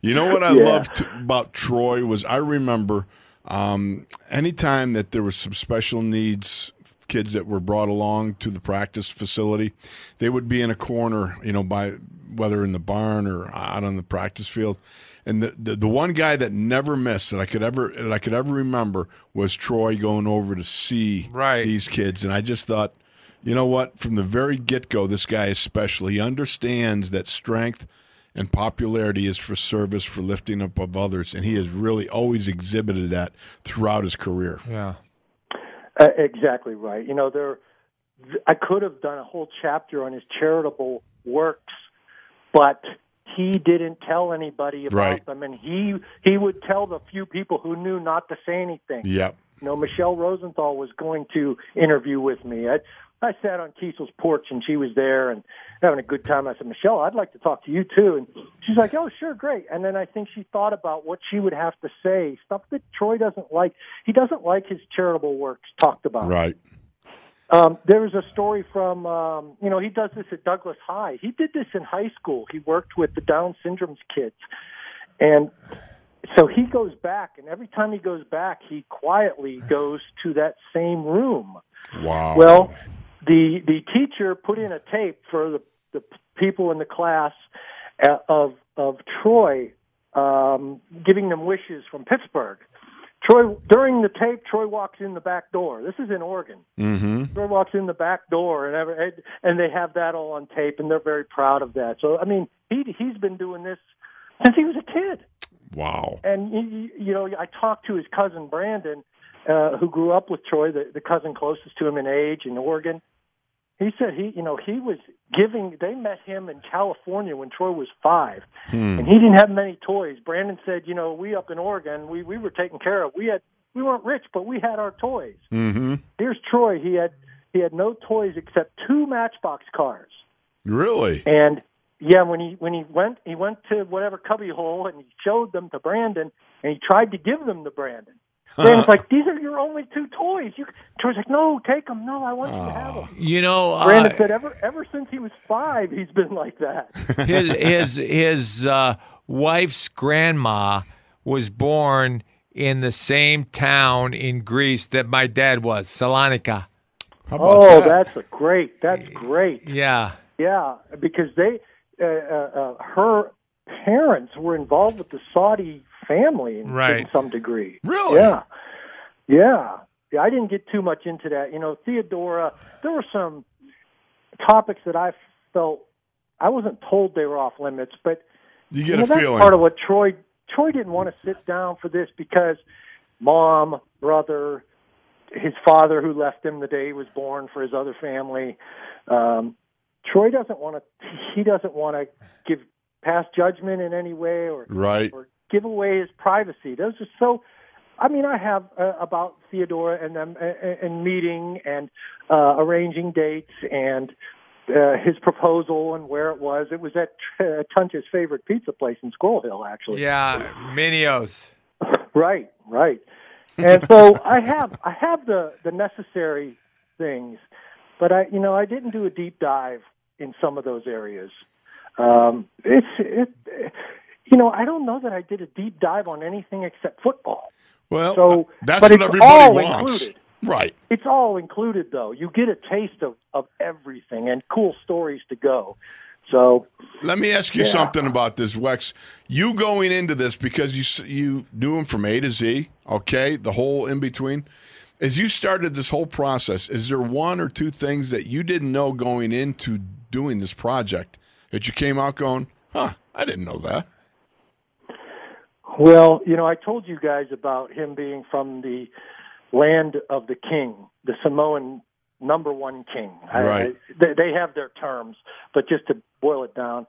[SPEAKER 3] You know what I
[SPEAKER 8] Yeah.
[SPEAKER 3] loved about Troy was I remember um, anytime that there was some special needs kids that were brought along to the practice facility, they would be in a corner, you know, by whether in the barn or out on the practice field. And the, the the one guy that never missed that I could ever that I could ever remember was Troy going over to see
[SPEAKER 2] Right.
[SPEAKER 3] these kids, and I just thought, you know what? From the very get go, this guy is special. He understands that strength and popularity is for service, for lifting up of others, and he has really always exhibited that throughout his career.
[SPEAKER 2] Yeah.
[SPEAKER 8] Uh, exactly right. You know, there. th- I could have done a whole chapter on his charitable works, but he didn't tell anybody about
[SPEAKER 3] Right.
[SPEAKER 8] them, and he he would tell the few people who knew not to say anything.
[SPEAKER 3] Yep.
[SPEAKER 8] You know, Michelle Rosenthal was going to interview with me. I, I sat on Kiesel's porch and she was there and having a good time. I said, Michelle, I'd like to talk to you too. And she's like, oh, sure, great. And then I think she thought about what she would have to say, stuff that Troy doesn't like. He doesn't like his charitable works talked about.
[SPEAKER 3] Right.
[SPEAKER 8] Um, there was a story from, um, you know, he does this at Douglas High. He did this in high school. He worked with the Down syndrome's kids. And so he goes back, and every time he goes back, he quietly goes to that same room.
[SPEAKER 5] Oh.
[SPEAKER 3] Wow.
[SPEAKER 8] Well, the the teacher put in a tape for the, the p- people in the class uh, of of Troy um, giving them wishes from Pittsburgh. Troy during the tape, Troy walks in the back door. This is in Oregon.
[SPEAKER 3] Mm-hmm.
[SPEAKER 8] Troy walks in the back door, and ever, and- and they have that all on tape, and they're very proud of that. So I mean, he he's been doing this since he was a kid
[SPEAKER 3] Wow.
[SPEAKER 8] and y- y- you know, I talked to his cousin Brandon, uh, who grew up with Troy, the, the cousin closest to him in age in Oregon. He said he, you know, he was giving. They met him in California when Troy was five,
[SPEAKER 3] Hmm.
[SPEAKER 5] Hmm.
[SPEAKER 8] and he didn't have many toys. Brandon said, you know, we up in Oregon, we we were taken care of. We had we weren't rich, but we had our toys.
[SPEAKER 3] Mm-hmm.
[SPEAKER 8] Here's Troy. He had he had no toys except two Matchbox cars.
[SPEAKER 3] Really?
[SPEAKER 8] And yeah, when he when he went he went to whatever cubbyhole and he showed them to Brandon and he tried to give them to Brandon. Brandon's like, "These are your only two toys." You Troy's like, "No, take them. No, I want you to have them."
[SPEAKER 2] You
[SPEAKER 3] Oh,
[SPEAKER 2] know,
[SPEAKER 8] Brandon
[SPEAKER 2] uh,
[SPEAKER 8] said, "Ever ever since he was five, he's been like that."
[SPEAKER 2] his his his uh, wife's grandma was born in the same town in Greece that my dad was, Salonika.
[SPEAKER 3] How about
[SPEAKER 8] oh,
[SPEAKER 3] that?
[SPEAKER 8] that's a great. That's great.
[SPEAKER 2] Yeah.
[SPEAKER 8] Yeah, because they, uh, uh, uh, her parents were involved with the Saudi family in,
[SPEAKER 2] Right.
[SPEAKER 8] in some degree.
[SPEAKER 3] Really?
[SPEAKER 8] Yeah, yeah, yeah. I didn't get too much into that. You know, Theodora. There were some topics that I felt I wasn't told they were off limits, but
[SPEAKER 3] You
[SPEAKER 8] you
[SPEAKER 3] get
[SPEAKER 8] know,
[SPEAKER 3] a
[SPEAKER 8] that's
[SPEAKER 3] feeling.
[SPEAKER 8] part of what Troy Troy didn't want to sit down for this because mom, brother, his father who left him the day he was born for his other family. Um, Troy doesn't want to. He doesn't want to give pass judgment in any way or
[SPEAKER 3] right.
[SPEAKER 8] or give away his privacy. Those are so. I mean, I have uh, about Theodora and them and, and meeting and uh, arranging dates and uh, his proposal and where it was. It was at uh, Tunch's favorite pizza place in Squirrel Hill, actually.
[SPEAKER 2] Yeah. Minios.
[SPEAKER 8] Right, right. And so I have I have the the necessary things, but I you know I didn't do a deep dive in some of those areas. Um, it's it, you know I don't know that I did a deep dive on anything except football.
[SPEAKER 3] Well, uh,
[SPEAKER 8] So-
[SPEAKER 3] that's
[SPEAKER 8] but
[SPEAKER 3] what
[SPEAKER 8] it's
[SPEAKER 3] everybody
[SPEAKER 8] all
[SPEAKER 3] wants.
[SPEAKER 8] included.
[SPEAKER 3] Right.
[SPEAKER 8] It's all included though. You get a taste of of everything and cool stories to go. So
[SPEAKER 3] Let me ask you something about this, Wex. You going into this because you s- you knew him from A to Z, okay? The whole in between. As you started this whole process, is there one or two things that you didn't know going into doing this project that you came out going, "Huh, I didn't know that."
[SPEAKER 8] Well, you know, I told you guys about him being from the land of the king, the Samoan number one king. I-
[SPEAKER 3] Right.
[SPEAKER 8] I- they, they have their terms, but just to boil it down,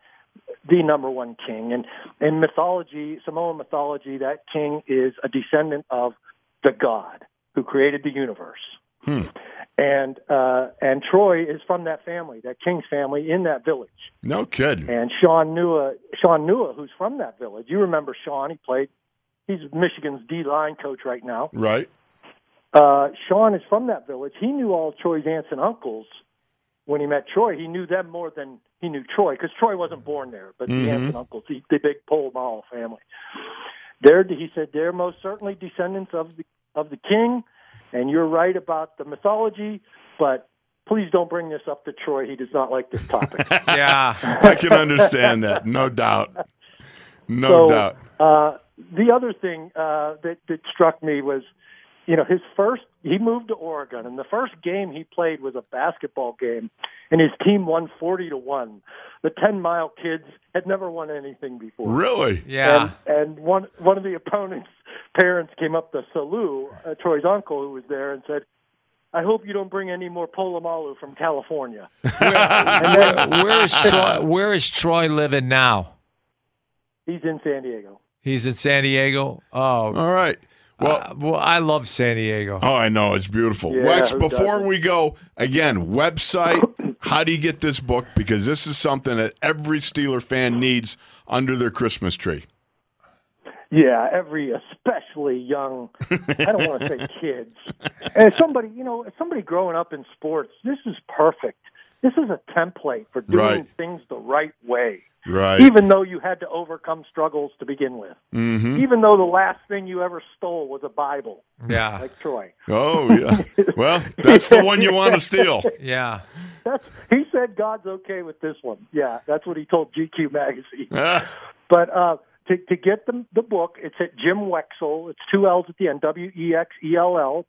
[SPEAKER 8] the number one king. And in mythology, Samoan mythology, that king is a descendant of the god who created the universe.
[SPEAKER 3] Hmm.
[SPEAKER 8] And uh, and Troy is from that family, that king's family, in that village.
[SPEAKER 3] No kidding.
[SPEAKER 8] And Sean Nua, Sean Nua, who's from that village, you remember Sean? He played. He's Michigan's D line coach right now.
[SPEAKER 3] Right.
[SPEAKER 8] Uh, Sean is from that village. He knew all Troy's aunts and uncles when he met Troy. He knew them more than he knew Troy because Troy wasn't born there, but the aunts and uncles, the, the big pole mall family. They're, he said they're most certainly descendants of the of the king, and you're right about the mythology, but please don't bring this up to Troy. He does not like this topic.
[SPEAKER 2] Yeah.
[SPEAKER 3] I can understand that. No doubt.
[SPEAKER 8] so,
[SPEAKER 3] No doubt.
[SPEAKER 8] Uh, the other thing uh, that, that struck me was, you know, his first, he moved to Oregon, and the first game he played was a basketball game, and his team won 40 to 1. The 10 mile kids had never won anything before.
[SPEAKER 3] Really?
[SPEAKER 2] Yeah.
[SPEAKER 8] And, and one one of the opponent's parents came up to Salou, uh, Troy's uncle, who was there, and said, "I hope you don't bring any more polamalu from California." and then
[SPEAKER 2] where is Troy, where is Troy living now?
[SPEAKER 8] he's in San Diego.
[SPEAKER 2] He's in San Diego. Oh,
[SPEAKER 3] All right. Well,
[SPEAKER 2] uh, well, I love San Diego.
[SPEAKER 3] oh, I know it's beautiful.
[SPEAKER 8] Yeah,
[SPEAKER 3] Wex,
[SPEAKER 8] who
[SPEAKER 3] before
[SPEAKER 8] doesn't?
[SPEAKER 3] we go, again, website. How do you get this book? Because this is something that every Steeler fan needs under their Christmas tree.
[SPEAKER 8] Yeah, every especially young. I don't want to say kids. And as somebody, you know, as somebody growing up in sports, this is perfect. This is a template for doing
[SPEAKER 3] Right.
[SPEAKER 8] things the right way.
[SPEAKER 3] Right.
[SPEAKER 8] Even though you had to overcome struggles to begin with,
[SPEAKER 3] Mm-hmm.
[SPEAKER 8] even though the last thing you ever stole was a Bible,
[SPEAKER 2] Yeah.
[SPEAKER 8] like Troy.
[SPEAKER 3] Oh yeah. Well, that's the one you want to steal.
[SPEAKER 2] Yeah.
[SPEAKER 8] That's he said God's okay with this one. Yeah, that's what he told GQ magazine.
[SPEAKER 3] Ah,
[SPEAKER 8] But uh, to, to get the, the book, it's at Jim Wexel. It's two L's at the end, W E X E L L.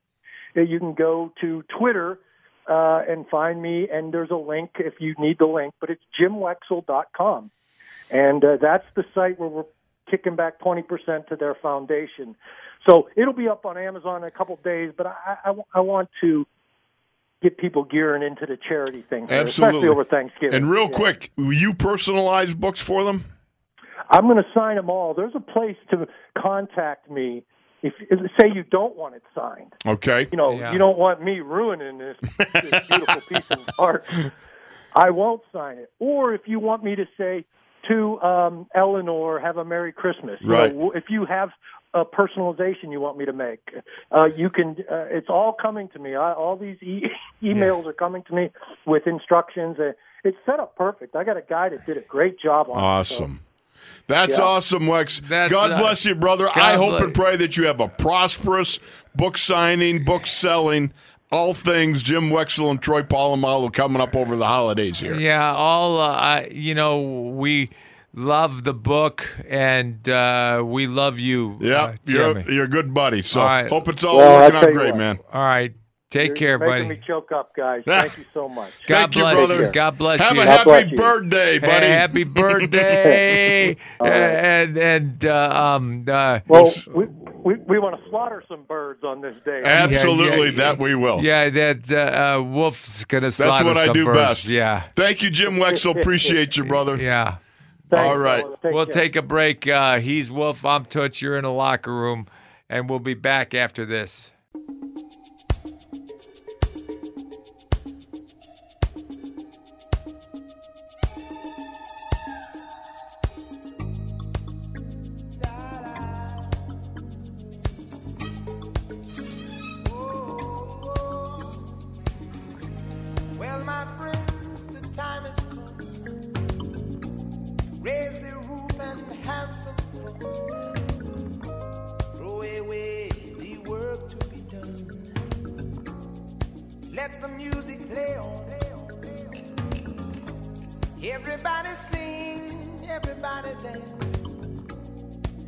[SPEAKER 8] Uh, You can go to Twitter uh, and find me, and there's a link if you need the link, but it's jimwexel.com. And uh, that's the site where we're kicking back 20% to their foundation. So it'll be up on Amazon in a couple days, but I, I, I want to get people gearing into the charity thing, here,
[SPEAKER 3] Absolutely.
[SPEAKER 8] especially over Thanksgiving.
[SPEAKER 3] and real
[SPEAKER 8] Yeah.
[SPEAKER 3] quick, will you personalize books for them?
[SPEAKER 8] I'm going to sign them all. There's a place to contact me if, if say you don't want it signed.
[SPEAKER 3] Okay.
[SPEAKER 8] You know,
[SPEAKER 2] Yeah.
[SPEAKER 8] you don't want me ruining this, this beautiful piece of art. I won't sign it. Or if you want me to say to um, Eleanor, have a Merry Christmas. You know,
[SPEAKER 3] Right.
[SPEAKER 8] w- if you have a personalization you want me to make, uh, you can. Uh, it's all coming to me. I, all these e- emails are coming to me with instructions. Uh, it's set up perfect. I got a guy that did a great job on it. so-
[SPEAKER 3] Awesome. That's awesome, Wex.
[SPEAKER 2] That's,
[SPEAKER 3] God
[SPEAKER 2] uh,
[SPEAKER 3] bless you, brother.
[SPEAKER 2] God
[SPEAKER 3] I hope
[SPEAKER 2] bless-
[SPEAKER 3] and pray that you have a prosperous book signing, book selling, all things Jim Wexel and Troy Polamalu coming up over the holidays here.
[SPEAKER 2] Yeah, all uh, I- you know, we love the book, and uh, we love you.
[SPEAKER 3] Yeah,
[SPEAKER 2] uh,
[SPEAKER 3] you're,
[SPEAKER 2] Jimmy.
[SPEAKER 3] you're a good buddy. So
[SPEAKER 2] All right.
[SPEAKER 3] hope it's all
[SPEAKER 8] Well, I'll
[SPEAKER 3] working
[SPEAKER 8] tell
[SPEAKER 3] out
[SPEAKER 8] you
[SPEAKER 3] great,
[SPEAKER 8] what.
[SPEAKER 3] man.
[SPEAKER 2] All right, take care,
[SPEAKER 8] You're
[SPEAKER 2] buddy.
[SPEAKER 8] making me choke up, guys. Thank you so much.
[SPEAKER 2] God
[SPEAKER 3] Ah. Thank you,
[SPEAKER 2] bless
[SPEAKER 3] brother.
[SPEAKER 2] God bless
[SPEAKER 3] Have
[SPEAKER 2] you.
[SPEAKER 3] a
[SPEAKER 8] God bless
[SPEAKER 3] happy
[SPEAKER 8] you.
[SPEAKER 3] birthday,
[SPEAKER 2] Hey,
[SPEAKER 3] buddy.
[SPEAKER 2] happy birthday! Uh, And and uh, um, uh,
[SPEAKER 8] Well, we, we, we want to slaughter some birds on this day.
[SPEAKER 3] Absolutely,
[SPEAKER 2] yeah, yeah.
[SPEAKER 3] that we will.
[SPEAKER 2] yeah, that uh, uh, Wolf's gonna slaughter
[SPEAKER 3] That's what I
[SPEAKER 2] some
[SPEAKER 3] do
[SPEAKER 2] birds.
[SPEAKER 3] best.
[SPEAKER 2] Yeah,
[SPEAKER 3] Thank you, Jim Wexel. Appreciate you, brother.
[SPEAKER 2] yeah.
[SPEAKER 8] Thanks,
[SPEAKER 3] all right.
[SPEAKER 8] fellas. Take
[SPEAKER 2] we'll
[SPEAKER 8] care.
[SPEAKER 2] take a break. Uh, he's Wolf. I'm Toots. You're in the locker room, and we'll be back after this.
[SPEAKER 5] Oh. Well, my friends, the time has come. Raise the roof and have some fun. Throw away the work to be done. Let the music play on. play on, play on. Everybody sing, everybody dance.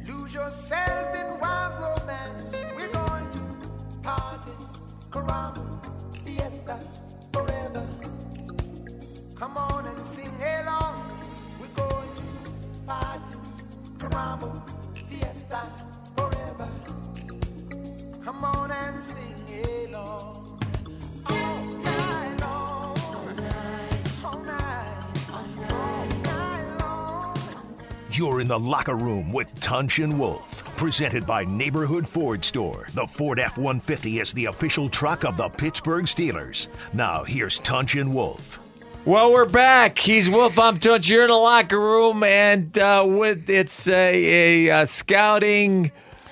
[SPEAKER 5] Lose yourself in wild romance. We're going to party, caramba, fiesta, forever. Come on and sing along. We're going to party, caramba, fiesta,
[SPEAKER 1] You're in the locker room with Tunch and Wolf. Presented by Neighborhood Ford Store. The Ford F 150 is the official truck of the Pittsburgh Steelers. Now, here's Tunch and Wolf.
[SPEAKER 2] Well, we're back. He's Wolf Umtunch. You're in the locker room, and uh, with it's a, a, uh scouting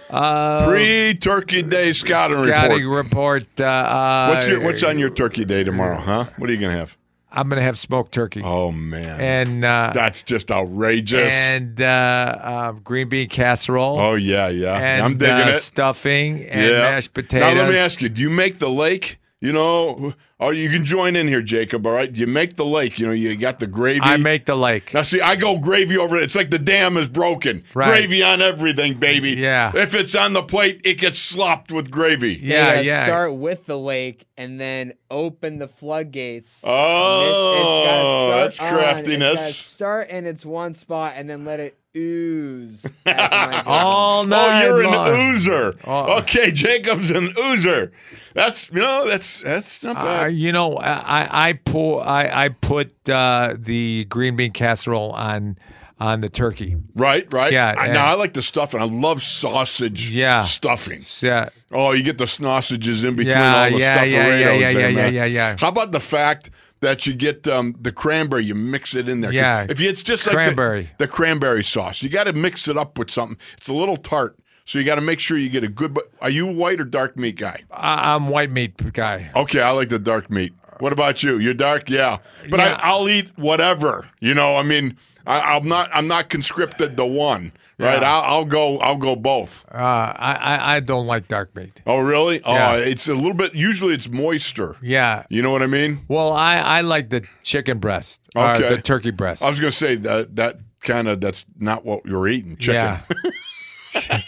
[SPEAKER 2] uh,
[SPEAKER 3] Pre Turkey Day scouting,
[SPEAKER 2] scouting
[SPEAKER 3] report.
[SPEAKER 2] report. uh,
[SPEAKER 3] What's your What's on your Turkey Day tomorrow? Huh? What are you gonna have?
[SPEAKER 2] I'm gonna have smoked turkey
[SPEAKER 3] Oh man,
[SPEAKER 2] and uh,
[SPEAKER 3] that's just outrageous.
[SPEAKER 2] and uh, uh, green bean casserole.
[SPEAKER 3] oh yeah, yeah.
[SPEAKER 2] and
[SPEAKER 3] I'm digging
[SPEAKER 2] uh,
[SPEAKER 3] it.
[SPEAKER 2] stuffing and
[SPEAKER 3] Yeah.
[SPEAKER 2] mashed potatoes.
[SPEAKER 3] Now let me ask you: Do you make the lake? You know, oh, you can join in here, Jacob. All right, do you make the lake? You know, you got the gravy.
[SPEAKER 2] I make the lake.
[SPEAKER 3] Now see, I go gravy over it. It's like the dam is broken.
[SPEAKER 2] Right.
[SPEAKER 3] Gravy on everything, baby.
[SPEAKER 2] Yeah.
[SPEAKER 3] If it's on the plate, it gets slopped with gravy.
[SPEAKER 7] They
[SPEAKER 2] yeah,
[SPEAKER 7] gotta
[SPEAKER 2] yeah.
[SPEAKER 7] Start with the lake and then open the floodgates.
[SPEAKER 3] Oh,
[SPEAKER 7] And it-
[SPEAKER 3] that's
[SPEAKER 7] it's gotta start on, it's gotta
[SPEAKER 3] craftiness.
[SPEAKER 7] start in its one spot and then let it ooze. as my
[SPEAKER 2] All
[SPEAKER 3] Oh,
[SPEAKER 2] night
[SPEAKER 3] you're an
[SPEAKER 2] long.
[SPEAKER 3] oozer.
[SPEAKER 2] Oh.
[SPEAKER 3] Okay, Jacob's an oozer. That's you know that's that's not
[SPEAKER 2] Uh,
[SPEAKER 3] bad.
[SPEAKER 2] you know, I I- I pour I I put uh, the green bean casserole on on the turkey.
[SPEAKER 3] right, right.
[SPEAKER 2] yeah,
[SPEAKER 3] I,
[SPEAKER 2] yeah.
[SPEAKER 3] Now I like the stuffing. I love sausage.
[SPEAKER 2] Yeah.
[SPEAKER 3] stuffing.
[SPEAKER 2] So, Yeah,
[SPEAKER 3] Oh, you get the sausages in between
[SPEAKER 2] Yeah,
[SPEAKER 3] all the
[SPEAKER 2] yeah,
[SPEAKER 3] stuff.
[SPEAKER 2] yeah, yeah, yeah,
[SPEAKER 3] there,
[SPEAKER 2] yeah, yeah,
[SPEAKER 3] man.
[SPEAKER 2] yeah, yeah.
[SPEAKER 3] How about the fact that you get um, the cranberry, you mix it in there. 'Cause
[SPEAKER 2] Yeah.
[SPEAKER 3] If you, it's just
[SPEAKER 2] Cranberry.
[SPEAKER 3] like the, the cranberry sauce, you got to mix it up with something. It's a little tart, so you got to make sure you get a good. But are you a white or dark meat guy?
[SPEAKER 2] I, I'm white meat guy.
[SPEAKER 3] Okay, I like the dark meat. What about you? You're dark, yeah. But
[SPEAKER 2] Yeah.
[SPEAKER 3] I, I'll eat whatever. You know, I mean, I, I'm not. I'm not conscripted to one. Right.
[SPEAKER 2] Yeah.
[SPEAKER 3] I'll, I'll go. I'll go both.
[SPEAKER 2] Uh, I, I I don't like dark meat.
[SPEAKER 3] Oh, really?
[SPEAKER 2] Yeah.
[SPEAKER 3] Oh, it's a little bit. Usually, it's moister.
[SPEAKER 2] Yeah.
[SPEAKER 3] You know what I mean?
[SPEAKER 2] Well, I, I like the chicken breast or
[SPEAKER 3] Okay.
[SPEAKER 2] the turkey breast.
[SPEAKER 3] I was going to say that that kind of that's not what you're eating. Chicken.
[SPEAKER 2] Yeah.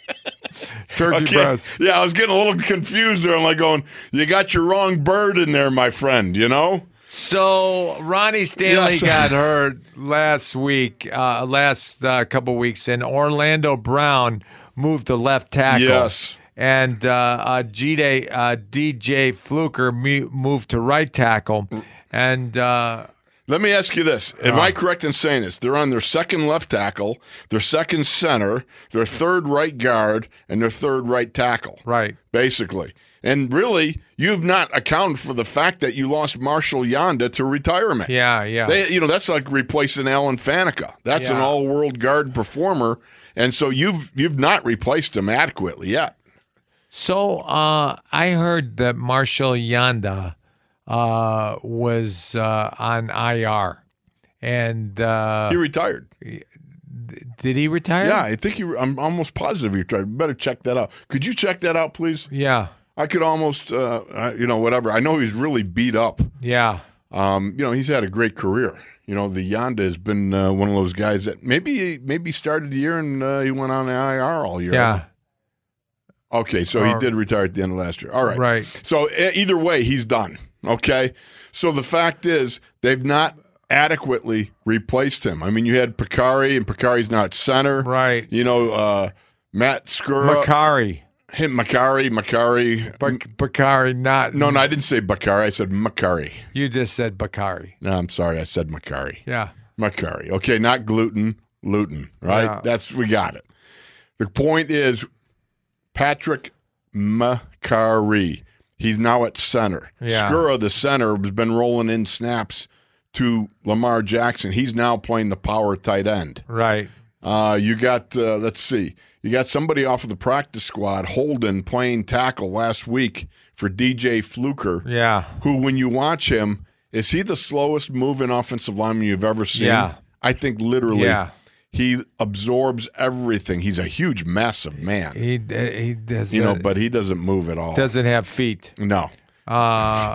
[SPEAKER 2] turkey
[SPEAKER 3] Okay.
[SPEAKER 2] breast.
[SPEAKER 3] Yeah, I was getting a little confused there. I'm like going, you got your wrong bird in there, my friend. You know?
[SPEAKER 2] So Ronnie Stanley
[SPEAKER 3] Yes.
[SPEAKER 2] got hurt last week, uh, last uh, couple weeks, and Orlando Brown moved to left tackle.
[SPEAKER 3] Yes.
[SPEAKER 2] And uh, uh, GD, uh, DJ Fluker mu- moved to right tackle.
[SPEAKER 3] Mm.
[SPEAKER 2] And uh,
[SPEAKER 3] Let me ask you this: Am I correct in saying this? They're on their second left tackle, their second center, their third right guard, and their third right tackle.
[SPEAKER 2] right.
[SPEAKER 3] Basically. And really, you've not accounted for the fact that you lost Marshall Yonda to retirement.
[SPEAKER 2] Yeah, yeah.
[SPEAKER 3] They, you know, that's like replacing Alan Faneca. That's an
[SPEAKER 2] Yeah.
[SPEAKER 3] all-world guard performer, and so you've you've not replaced him adequately yet.
[SPEAKER 2] So uh, I heard that Marshall Yanda uh, was uh, on IR. And uh,
[SPEAKER 3] He retired.
[SPEAKER 2] did he retire?
[SPEAKER 3] Yeah, I think he. I'm almost positive he retired. Better check that out. Could you check that out, please?
[SPEAKER 2] Yeah.
[SPEAKER 3] I could almost, uh, I- you know, whatever. I know he's really beat up.
[SPEAKER 2] Yeah.
[SPEAKER 3] Um, you know, he's had a great career. You know, the Yonda has been uh, one of those guys that maybe maybe started the year and uh, he went on the IR all year.
[SPEAKER 2] Yeah.
[SPEAKER 3] Okay, so he
[SPEAKER 2] Or-
[SPEAKER 3] did retire at the end of last year. All right.
[SPEAKER 2] Right.
[SPEAKER 3] So e- either way, he's done. Okay. So the fact is, they've not adequately replaced him. I mean, you had Picari, and Picari's not center.
[SPEAKER 2] Right.
[SPEAKER 3] You know, uh, Matt Skura,
[SPEAKER 2] Macari.
[SPEAKER 3] him Macari, Macari.
[SPEAKER 2] Bac- Bakari, not.
[SPEAKER 3] No, no, I didn't say Bakari. I said Macari.
[SPEAKER 2] You just said Bakari.
[SPEAKER 3] No, I'm sorry. I said Macari.
[SPEAKER 2] Yeah.
[SPEAKER 3] Macari. Okay, not gluten, gluten, right?
[SPEAKER 2] Yeah.
[SPEAKER 3] That's we got it. The point is Patrick Macari. He's now at center.
[SPEAKER 2] Yeah.
[SPEAKER 3] Skura, the center, has been rolling in snaps to Lamar Jackson. He's now playing the power tight end.
[SPEAKER 2] Right.
[SPEAKER 3] Uh, you got, uh, let's see, you got somebody off of the practice squad, Holden, playing tackle last week for DJ Fluker
[SPEAKER 2] Yeah.
[SPEAKER 3] who, when you watch him, is he the slowest moving offensive lineman you've ever seen?
[SPEAKER 2] Yeah.
[SPEAKER 3] I think literally
[SPEAKER 2] Yeah.
[SPEAKER 3] he absorbs everything. He's a huge, massive man,
[SPEAKER 2] He uh, he does, uh,
[SPEAKER 3] you know, but he doesn't move at all.
[SPEAKER 2] doesn't have feet.
[SPEAKER 3] no,
[SPEAKER 2] Uh,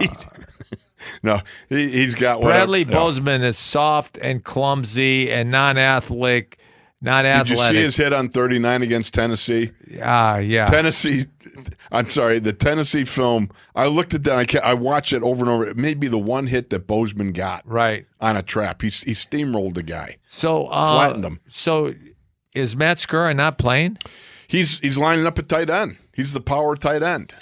[SPEAKER 3] no, he, he's got whatever-
[SPEAKER 2] Bradley
[SPEAKER 3] no.
[SPEAKER 2] Bozeman is soft and clumsy and non-athletic. Not
[SPEAKER 3] Did you
[SPEAKER 2] athletic.
[SPEAKER 3] see his hit on 39 against Tennessee?
[SPEAKER 2] Ah, yeah.
[SPEAKER 3] Tennessee, I'm sorry, the Tennessee film. I looked at that. I, ca- I watched it over and over. It may be the one hit that Bozeman got
[SPEAKER 2] Right.
[SPEAKER 3] on a trap. He, he steamrolled the guy.
[SPEAKER 2] So uh,
[SPEAKER 3] Flattened him.
[SPEAKER 2] So is Matt Skura not playing?
[SPEAKER 3] He's he's lining up at tight end. He's the power tight end.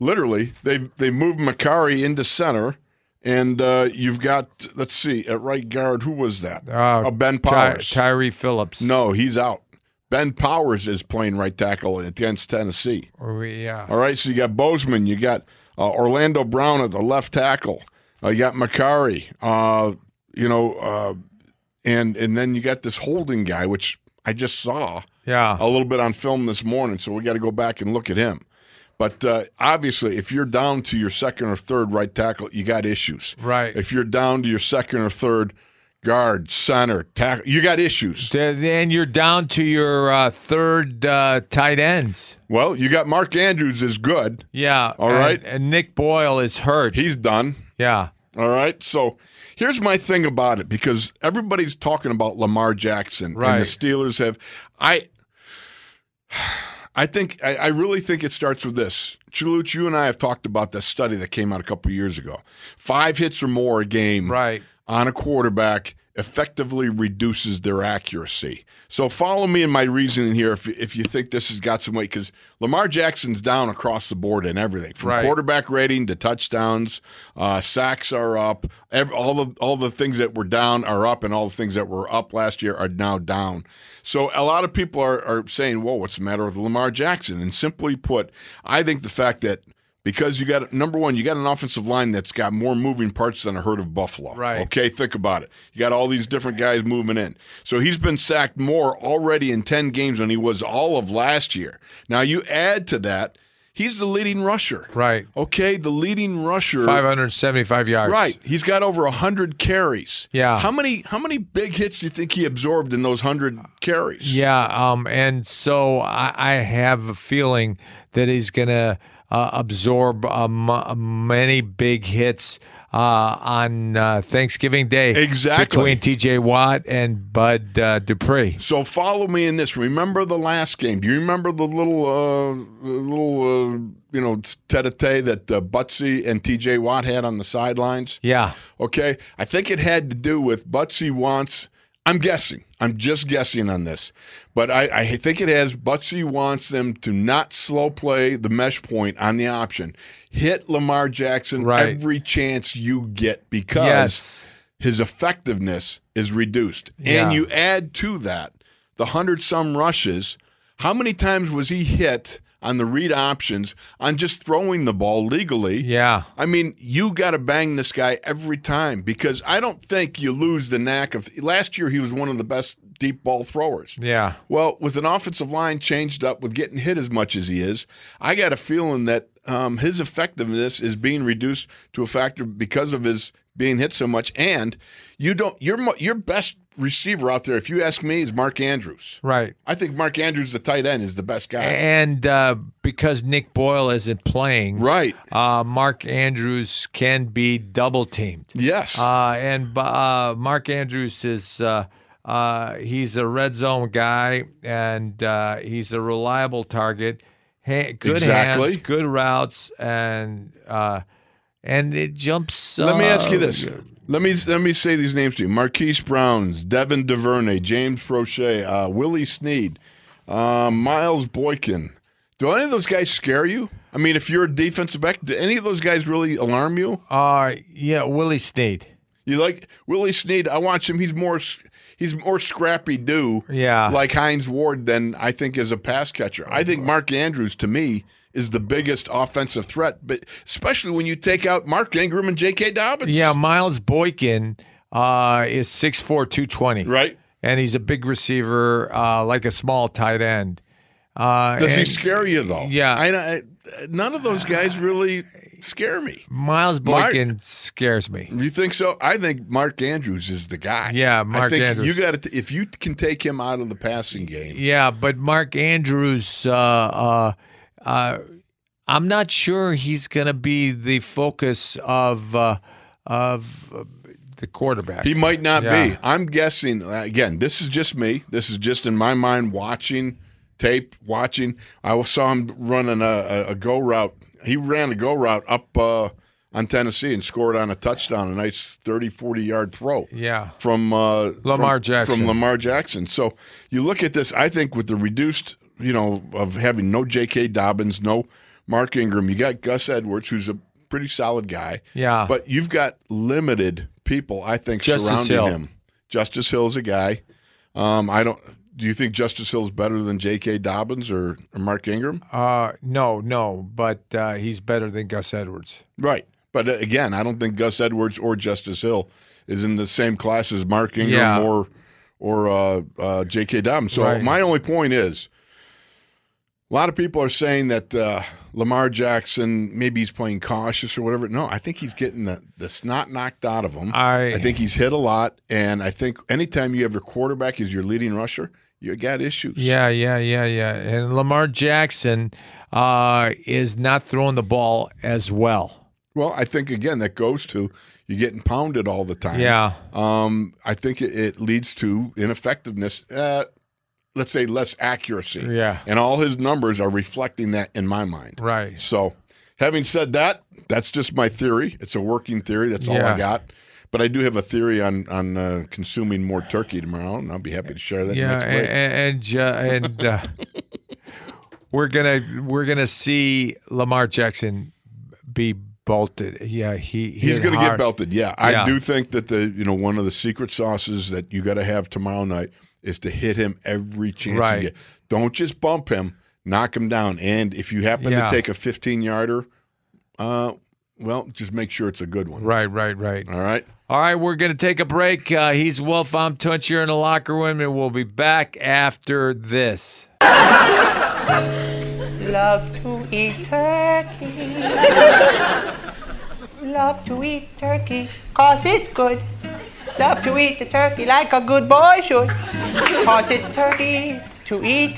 [SPEAKER 3] Literally, they they moved Macari into center, And uh, you've got, let's see, at right guard, who was that?
[SPEAKER 2] Uh,
[SPEAKER 3] Uh, ben
[SPEAKER 2] Ty-
[SPEAKER 3] Powers.
[SPEAKER 2] Tyree Phillips.
[SPEAKER 3] no, he's out. Ben Powers is playing right tackle against Tennessee.
[SPEAKER 2] Or, yeah.
[SPEAKER 3] All right, so you got Bozeman, you got uh, Orlando Brown at the left tackle, uh, you got Macari, uh, you know, uh, and and then you got this holding guy, which I just saw
[SPEAKER 2] Yeah.
[SPEAKER 3] a little bit on film this morning, so we got to go back and look at him. But uh, obviously, if you're down to your second or third right tackle, you got issues.
[SPEAKER 2] Right.
[SPEAKER 3] If you're down to your second or third guard, center, tackle, you got issues.
[SPEAKER 2] Then you're down to your uh, third uh, tight ends.
[SPEAKER 3] Well, you got Mark Andrews is good.
[SPEAKER 2] Yeah.
[SPEAKER 3] All
[SPEAKER 2] and,
[SPEAKER 3] right.
[SPEAKER 2] And Nick Boyle is hurt.
[SPEAKER 3] He's done.
[SPEAKER 2] yeah.
[SPEAKER 3] All right. So here's my thing about it because everybody's talking about Lamar Jackson
[SPEAKER 2] Right.
[SPEAKER 3] and the Steelers have I I think I, I really think it starts with this. Chaluch, you and I have talked about this study that came out a couple years ago. Five hits or more a game
[SPEAKER 2] Right.
[SPEAKER 3] on a quarterback effectively reduces their accuracy. So follow me in my reasoning here if, if you think this has got some weight, because Lamar Jackson's down across the board in everything from
[SPEAKER 2] Right.
[SPEAKER 3] quarterback rating to touchdowns, uh, sacks are up. Ev- all the all the things that were down are up, and all the things that were up last year are now down. So a lot of people are, are saying, "Whoa, what's the matter with Lamar Jackson?" And simply put, I think the fact that because you got number one, you got an offensive line that's got more moving parts than a herd of buffalo.
[SPEAKER 2] Right.
[SPEAKER 3] Okay, think about it. You got all these different guys moving in. So he's been sacked more already in 10 games than he was all of last year. Now you add to that, he's the leading rusher.
[SPEAKER 2] Right.
[SPEAKER 3] Okay, the leading rusher.
[SPEAKER 2] 575 yards.
[SPEAKER 3] Right. He's got over 100 carries.
[SPEAKER 2] Yeah.
[SPEAKER 3] How many how many big hits do you think he absorbed in those 100 carries?
[SPEAKER 2] Yeah, um, and so I, I have a feeling that he's going to uh, absorb uh, m- many big hits uh, on uh, Thanksgiving Day.
[SPEAKER 3] Exactly.
[SPEAKER 2] Between TJ Watt and Bud uh, Dupree.
[SPEAKER 3] So follow me in this. Remember the last game. Do you remember the little, uh, little, uh, you know, tete-a-tete that uh, Butsy and T.J. Watt had on the sidelines?
[SPEAKER 2] Yeah,
[SPEAKER 3] Okay, I think it had to do with Butsy wants. I'm guessing. I'm just guessing on this, but I, I think it has. Butsy wants them to not slow play the mesh point on the option. Hit Lamar Jackson
[SPEAKER 2] Right.
[SPEAKER 3] every chance you get because
[SPEAKER 2] Yes.
[SPEAKER 3] his effectiveness is reduced.
[SPEAKER 2] Yeah.
[SPEAKER 3] And you add to that the hundred some rushes. How many times was he hit on the read options on just throwing the ball legally?
[SPEAKER 2] yeah,
[SPEAKER 3] I mean, you got to bang this guy every time because I don't think you lose the knack of. Last year, he was one of the best deep ball throwers.
[SPEAKER 2] yeah.
[SPEAKER 3] Well, with an offensive line changed up with getting hit as much as he is, I got a feeling that um, his effectiveness is being reduced to a factor because of his being hit so much. And you don't your mo- your best receiver out there, if you ask me, is Mark Andrews.
[SPEAKER 2] Right.
[SPEAKER 3] I think Mark Andrews, the tight end, is the best guy.
[SPEAKER 2] And uh, because Nick Boyle isn't playing,
[SPEAKER 3] Right.
[SPEAKER 2] uh, Mark Andrews can be double teamed.
[SPEAKER 3] Yes.
[SPEAKER 2] Uh, and uh, Mark Andrews is uh, uh, he's a red zone guy, and uh, he's a reliable target. Ha- good
[SPEAKER 3] Exactly.
[SPEAKER 2] hands, good routes, and uh, and it jumps.
[SPEAKER 3] Let me
[SPEAKER 2] uh,
[SPEAKER 3] ask you this. Let me let me say these names to you: Marquise Browns, Devin DuVernay, James Prochet, uh, Willie Sneed, uh, Miles Boykin. Do any of those guys scare you? I mean, if you're a defensive back, do any of those guys really alarm you?
[SPEAKER 2] Uh, yeah, Willie Snead.
[SPEAKER 3] You like Willie Sneed? I watch him. He's more s- he's more scrappy do
[SPEAKER 2] Yeah.
[SPEAKER 3] like Heinz Ward than I think as a pass catcher. I think Mark Andrews to me is the biggest offensive threat, but especially when you take out Mark Ingram and J.K. Dobbins.
[SPEAKER 2] Yeah, Miles Boykin uh, is 6'4", 220.
[SPEAKER 3] right.
[SPEAKER 2] And he's a big receiver, uh, like a small tight end. Uh,
[SPEAKER 3] Does he
[SPEAKER 2] and
[SPEAKER 3] scare you though?
[SPEAKER 2] Yeah. Ah,
[SPEAKER 3] I, I, none of those guys really scare me.
[SPEAKER 2] Miles
[SPEAKER 3] Mark-
[SPEAKER 2] Boykin scares me.
[SPEAKER 3] You think so? I think Mark Andrews is the guy.
[SPEAKER 2] Yeah,
[SPEAKER 3] I
[SPEAKER 2] Mark
[SPEAKER 3] think
[SPEAKER 2] Andrews.
[SPEAKER 3] You got to if you can take him out of the passing game.
[SPEAKER 2] Yeah, but Mark Andrews, uh, uh, uh, I'm not sure he's going to be the focus of uh, of uh, the quarterback.
[SPEAKER 3] He might not
[SPEAKER 2] Yeah.
[SPEAKER 3] be. I'm guessing uh, again. This is just me. This is just in my mind watching tape, watching. I saw him running a, a, a go route. He ran a go route up uh, on Tennessee and scored on a touchdown, a nice 30, 40 yard throw.
[SPEAKER 2] yeah,
[SPEAKER 3] from uh,
[SPEAKER 2] Lamar
[SPEAKER 3] from-
[SPEAKER 2] Jackson.
[SPEAKER 3] From Lamar Jackson. So you look at this. I think with the reduced, you know, of having no J.K. Dobbins, no Mark Ingram, you got Gus Edwards, who's a pretty solid guy.
[SPEAKER 2] Yeah.
[SPEAKER 3] But you've got limited people, I think,
[SPEAKER 2] Justice
[SPEAKER 3] surrounding
[SPEAKER 2] Hill.
[SPEAKER 3] him. Justice Hill's a guy. Um, I don't. Do you think Justice Hill's better than J.K. Dobbins or, or Mark Ingram?
[SPEAKER 2] Uh, no, no, but uh, he's better than Gus Edwards.
[SPEAKER 3] Right. But uh, again, I don't think Gus Edwards or Justice Hill is in the same class as Mark Ingram
[SPEAKER 2] Yeah.
[SPEAKER 3] or or uh, uh, J.K. Dobbins. So
[SPEAKER 2] Right.
[SPEAKER 3] my only point is, a lot of people are saying that uh, Lamar Jackson maybe he's playing cautious or whatever. No, I think he's getting the, the snot knocked out of him.
[SPEAKER 2] I-
[SPEAKER 3] think he's hit a lot, and I think anytime you have your quarterback as your leading rusher, you got issues.
[SPEAKER 2] Yeah, yeah, yeah, yeah. And Lamar Jackson uh, is not throwing the ball as well.
[SPEAKER 3] Well, I think again that goes to you getting pounded all the time.
[SPEAKER 2] Yeah,
[SPEAKER 3] Um, I think it, it leads to ineffectiveness. Uh, let's say less accuracy.
[SPEAKER 2] Yeah.
[SPEAKER 3] And all his numbers are reflecting that in my mind.
[SPEAKER 2] right.
[SPEAKER 3] So, having said that, that's just my theory. It's a working theory. That's all
[SPEAKER 2] Yeah.
[SPEAKER 3] I got. But I do have a theory on on uh, consuming more turkey tomorrow, and I'll be happy to share that.
[SPEAKER 2] Yeah,
[SPEAKER 3] next break.
[SPEAKER 2] and and, uh, and uh, we're gonna we're gonna see Lamar Jackson be bolted. Yeah, he
[SPEAKER 3] He's
[SPEAKER 2] hit
[SPEAKER 3] going to get
[SPEAKER 2] hard.
[SPEAKER 3] belted. Yeah, I
[SPEAKER 2] Yeah.
[SPEAKER 3] do think that the you know one of the secret sauces that you got to have tomorrow night is to hit him every chance
[SPEAKER 2] Right.
[SPEAKER 3] you get. Don't just bump him, knock him down, and if you happen
[SPEAKER 2] Yeah.
[SPEAKER 3] to take a 15 yarder, uh, well, just make sure it's a good one.
[SPEAKER 2] Right, right, right.
[SPEAKER 3] All right.
[SPEAKER 2] All right, we're going to take a break. Uh, he's Wolf. I'm Tunch here in the locker room, and we'll be back after this.
[SPEAKER 9] Love to eat turkey. Love to eat turkey, cause it's good. Love to eat the turkey like a good boy should. Cause it's turkey to eat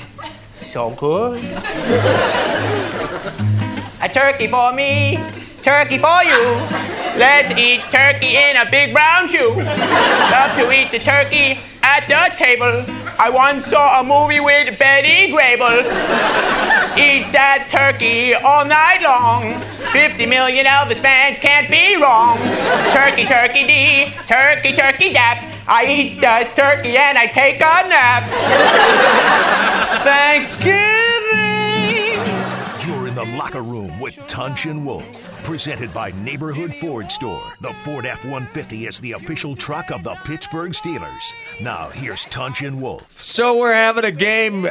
[SPEAKER 9] so good. A turkey for me, turkey for you. Let's eat turkey in a big brown shoe. Love to eat the turkey at the table. I once saw a movie with Betty Grable. Eat that turkey all night long. 50 million Elvis fans can't be wrong. Turkey, turkey dee, turkey, turkey dap. I eat the turkey and I take a nap. Thanksgiving.
[SPEAKER 1] You're in the locker room with Tunch and Wolf, presented by Neighborhood Ford Store. The Ford F 150 is the official truck of the Pittsburgh Steelers. Now, here's Tunch and Wolf.
[SPEAKER 2] So we're having a game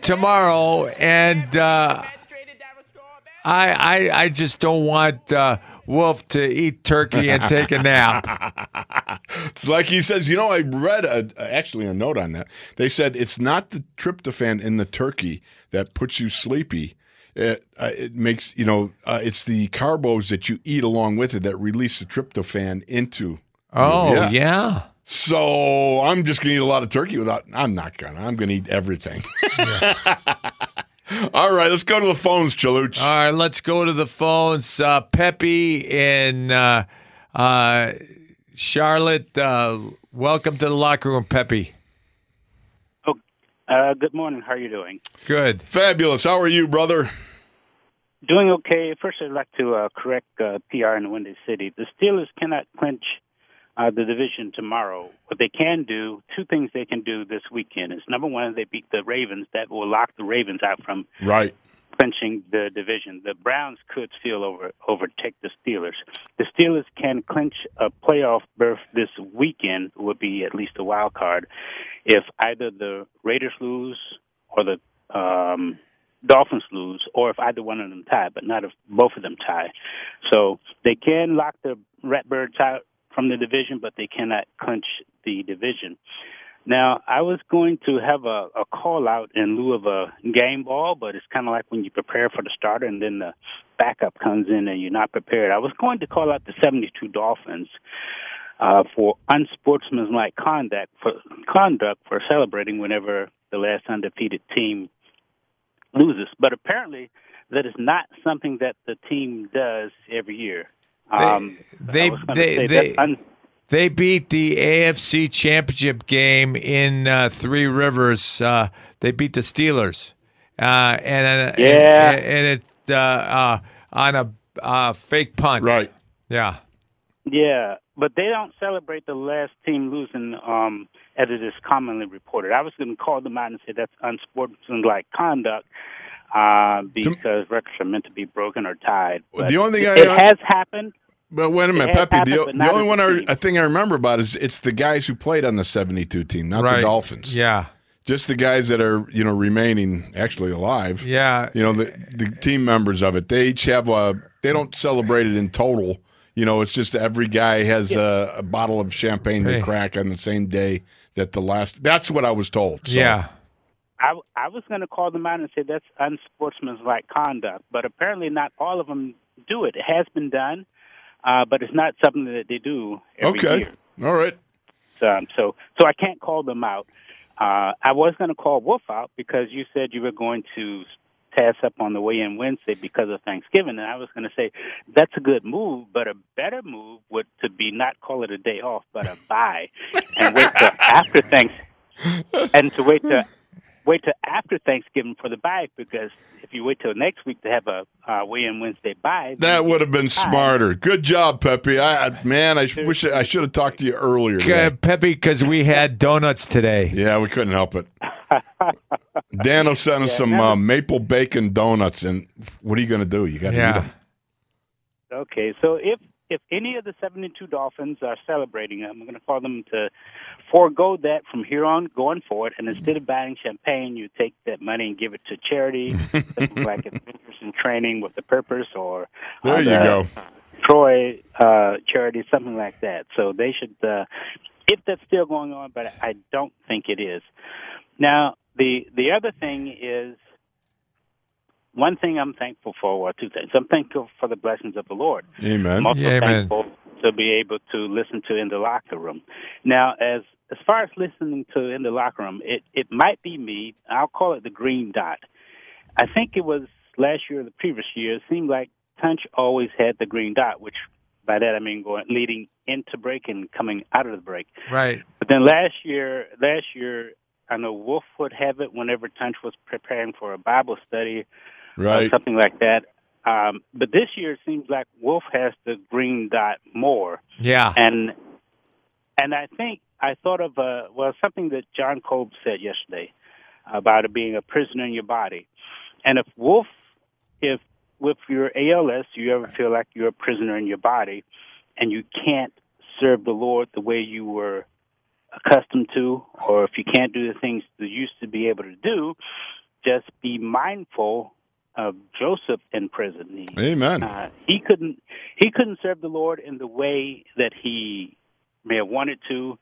[SPEAKER 2] tomorrow, and uh, I, I I just don't want uh, Wolf to eat turkey and take a nap.
[SPEAKER 3] It's like he says. You know, I read a, actually a note on that. They said it's not the tryptophan in the turkey that puts you sleepy. It, uh, it makes you know uh, it's the carbos that you eat along with it that release the tryptophan into
[SPEAKER 2] Oh yeah.
[SPEAKER 3] Yeah. So I'm just gonna eat a lot of turkey without. I'm not gonna. I'm gonna eat everything. All right, let's go to the phones, Chaluch.
[SPEAKER 2] All right, let's go to the phones. Uh, Pepe in uh, uh, Charlotte. Uh, welcome to the locker room, Pepe.
[SPEAKER 10] Uh, good morning. How are you doing?
[SPEAKER 2] Good.
[SPEAKER 3] Fabulous. How are you, brother?
[SPEAKER 10] Doing okay. First, I'd like to uh, correct uh, PR in Windy City. The Steelers cannot clinch uh, the division tomorrow. What they can do, two things they can do this weekend is number one, they beat the Ravens. That will lock the Ravens out from
[SPEAKER 3] Right.
[SPEAKER 10] clinching the division. The Browns could still over overtake the Steelers. The Steelers can clinch a playoff berth this weekend. Would be at least a wild card if either the Raiders lose or the um, Dolphins lose, or if either one of them tie, but not if both of them tie. So they can lock the Ratbirds out from the division, but they cannot clinch the division. Now, I was going to have a, a call out in lieu of a game ball, but it's kind of like when you prepare for the starter and then the backup comes in and you're not prepared. I was going to call out the 72 Dolphins uh, for unsportsmanlike conduct for conduct for celebrating whenever the last undefeated team loses. But apparently, that is not something that the team does every year. Um, I
[SPEAKER 2] they-
[SPEAKER 10] was gonna
[SPEAKER 2] they-
[SPEAKER 10] say
[SPEAKER 2] they-
[SPEAKER 10] that's un-
[SPEAKER 2] They beat the AFC Championship game in uh, Three Rivers. Uh, they beat the Steelers, uh, and, and
[SPEAKER 10] Yeah.
[SPEAKER 2] and, and it uh, uh, on a uh, fake punt.
[SPEAKER 3] Right.
[SPEAKER 2] Yeah.
[SPEAKER 10] Yeah, but they don't celebrate the last team losing um, as it is commonly reported. I was going to call them out and say that's unsportsmanlike conduct, uh, because records are meant to be broken or tied.
[SPEAKER 3] Well,
[SPEAKER 10] But
[SPEAKER 3] the only thing I-
[SPEAKER 10] it has happened.
[SPEAKER 3] But wait a minute,
[SPEAKER 10] It has
[SPEAKER 3] Pepe. The,
[SPEAKER 10] happened, but
[SPEAKER 3] the
[SPEAKER 10] not
[SPEAKER 3] only
[SPEAKER 10] as
[SPEAKER 3] one
[SPEAKER 10] a
[SPEAKER 3] I,
[SPEAKER 10] team.
[SPEAKER 3] I think I remember about is it's the guys who played on the '72 team, not the
[SPEAKER 2] Right.
[SPEAKER 3] Dolphins.
[SPEAKER 2] Yeah.
[SPEAKER 3] just the guys that are you know remaining actually alive.
[SPEAKER 2] Yeah.
[SPEAKER 3] you know the the team members of it. They each have a. They don't celebrate it in total. You know, it's just every guy has a, a bottle of champagne
[SPEAKER 2] Hey.
[SPEAKER 3] they crack on the same day that the last. That's what I was told. So.
[SPEAKER 2] Yeah.
[SPEAKER 10] I, I was going to call them out and say that's unsportsmanlike conduct, but apparently not all of them do it. It has been done, uh, but it's not something that they do every
[SPEAKER 3] Okay.
[SPEAKER 10] year.
[SPEAKER 3] All right.
[SPEAKER 10] Um, so, so I can't call them out. Uh, I was going to call Wolf out because you said you were going to pass up on the weigh-in Wednesday because of Thanksgiving, and I was going to say that's a good move, but a better move would to be not call it a day off, but a bye, and wait till after thanks, and to wait to wait till after Thanksgiving for the bye because if you wait till next week to have a uh, weigh-in Wednesday bye, then
[SPEAKER 3] That would have been smarter. Good job, Pepe. I I- man, I sh- wish I should have talked to you earlier. today.
[SPEAKER 2] Peppy, Pepe, because we had donuts today.
[SPEAKER 3] Yeah, we couldn't help it. Dan will send us some uh, maple bacon donuts, and what are you going to do? You got to eat 'em.
[SPEAKER 2] Yeah.
[SPEAKER 3] eat them.
[SPEAKER 10] Okay, so if if any of the 72 Dolphins are celebrating, I'm going to call them to forego that from here on going forward. And instead of buying champagne, you take that money and give it to charity, something like Adventures in Training with a Purpose or uh,
[SPEAKER 3] There you
[SPEAKER 10] the
[SPEAKER 3] go.
[SPEAKER 10] Troy uh, charity, something like that. So they should, uh, if that's still going on, but I don't think it is. Now, the the other thing is, one thing I'm thankful for, well, two things. I'm thankful for the blessings of the Lord.
[SPEAKER 3] Amen.
[SPEAKER 10] I'm also
[SPEAKER 2] Yeah, amen.
[SPEAKER 10] thankful to be able to listen to in the locker room. Now, as as far as listening to in the locker room, it it might be me. I'll call it the green dot. I think it was last year or the previous year. It seemed like Tunch always had the green dot, which by that I mean going leading into break and coming out of the break.
[SPEAKER 2] Right.
[SPEAKER 10] But then last year, last year, I know Wolf would have it whenever Tunch was preparing for a Bible study or
[SPEAKER 3] Right.
[SPEAKER 10] uh, something like that. Um, but this year it seems like Wolf has the green dot more,
[SPEAKER 2] Yeah.
[SPEAKER 10] and and I think I thought of uh, well something that John Kolb said yesterday about it being a prisoner in your body, and if Wolf, if with your ALS you ever feel like you're a prisoner in your body, and you can't serve the Lord the way you were accustomed to, or if you can't do the things that you used to be able to do, just be mindful of Joseph in prison. He,
[SPEAKER 3] Amen.
[SPEAKER 10] uh, he couldn't he couldn't serve the Lord in the way that he may have wanted to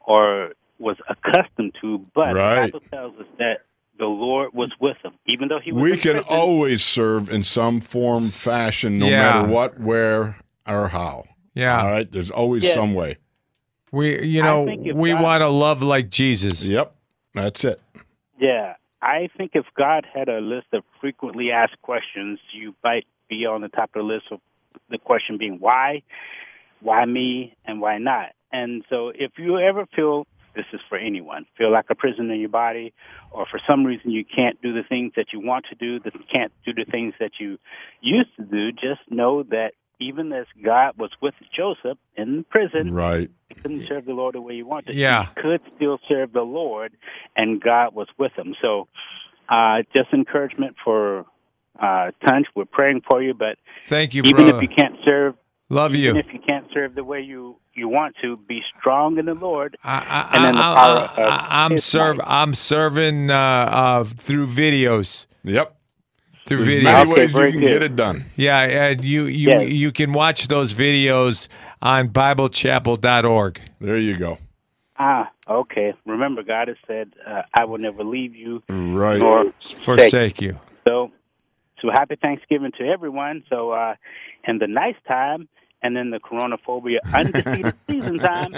[SPEAKER 10] or was accustomed to, but the
[SPEAKER 3] Right.
[SPEAKER 10] Bible tells us that the Lord was with him, even though he was
[SPEAKER 3] we
[SPEAKER 10] in
[SPEAKER 3] can
[SPEAKER 10] prison,
[SPEAKER 3] always serve in some form, fashion, no
[SPEAKER 2] Yeah.
[SPEAKER 3] matter what, where, or how. All
[SPEAKER 2] Yeah.
[SPEAKER 3] right. There's always
[SPEAKER 10] Yeah.
[SPEAKER 3] some way.
[SPEAKER 2] We, you
[SPEAKER 10] I
[SPEAKER 2] know,
[SPEAKER 10] think if
[SPEAKER 2] we
[SPEAKER 10] God-
[SPEAKER 2] want to love like Jesus.
[SPEAKER 3] Yep. That's it.
[SPEAKER 10] Yeah, I think if God had a list of frequently asked questions, you might be on the top of the list of the question being why, why me, and why not. And so, if you ever feel this is for anyone, feel like a prisoner in your body, or for some reason you can't do the things that you want to do, that you can't do the things that you used to do, just know that even as God was with Joseph in prison,
[SPEAKER 3] Right.
[SPEAKER 10] couldn't serve the Lord the way you wanted.
[SPEAKER 2] Yeah.
[SPEAKER 10] He could still serve the Lord, and God was with him. So, uh, just encouragement for uh, Tunch. We're praying for you, but
[SPEAKER 2] Thank you,
[SPEAKER 10] even
[SPEAKER 2] brother.
[SPEAKER 10] if you can't serve,
[SPEAKER 2] love
[SPEAKER 10] even
[SPEAKER 2] you.
[SPEAKER 10] if you can't serve the way you you want to, be strong in the Lord.
[SPEAKER 2] I, I,
[SPEAKER 10] and then the
[SPEAKER 2] I,
[SPEAKER 10] power
[SPEAKER 2] I,
[SPEAKER 10] of
[SPEAKER 2] I, am
[SPEAKER 10] his
[SPEAKER 2] serv-
[SPEAKER 10] might.
[SPEAKER 2] I'm serving uh, uh, through videos.
[SPEAKER 3] Yep.
[SPEAKER 2] Through
[SPEAKER 3] There's
[SPEAKER 2] videos.
[SPEAKER 3] many
[SPEAKER 10] Okay,
[SPEAKER 3] ways you
[SPEAKER 10] very
[SPEAKER 3] can
[SPEAKER 10] good.
[SPEAKER 3] get it done.
[SPEAKER 2] Yeah, and you you
[SPEAKER 10] Yes.
[SPEAKER 2] you can watch those videos on biblechapel.org.
[SPEAKER 3] There you go.
[SPEAKER 10] Ah, okay. Remember, God has said, uh, "I will never leave you
[SPEAKER 3] Right.
[SPEAKER 10] nor forsake."
[SPEAKER 2] Forsake you.
[SPEAKER 10] So, so happy Thanksgiving to everyone. So, uh, in the nice time. And then the coronaphobia undefeated season time.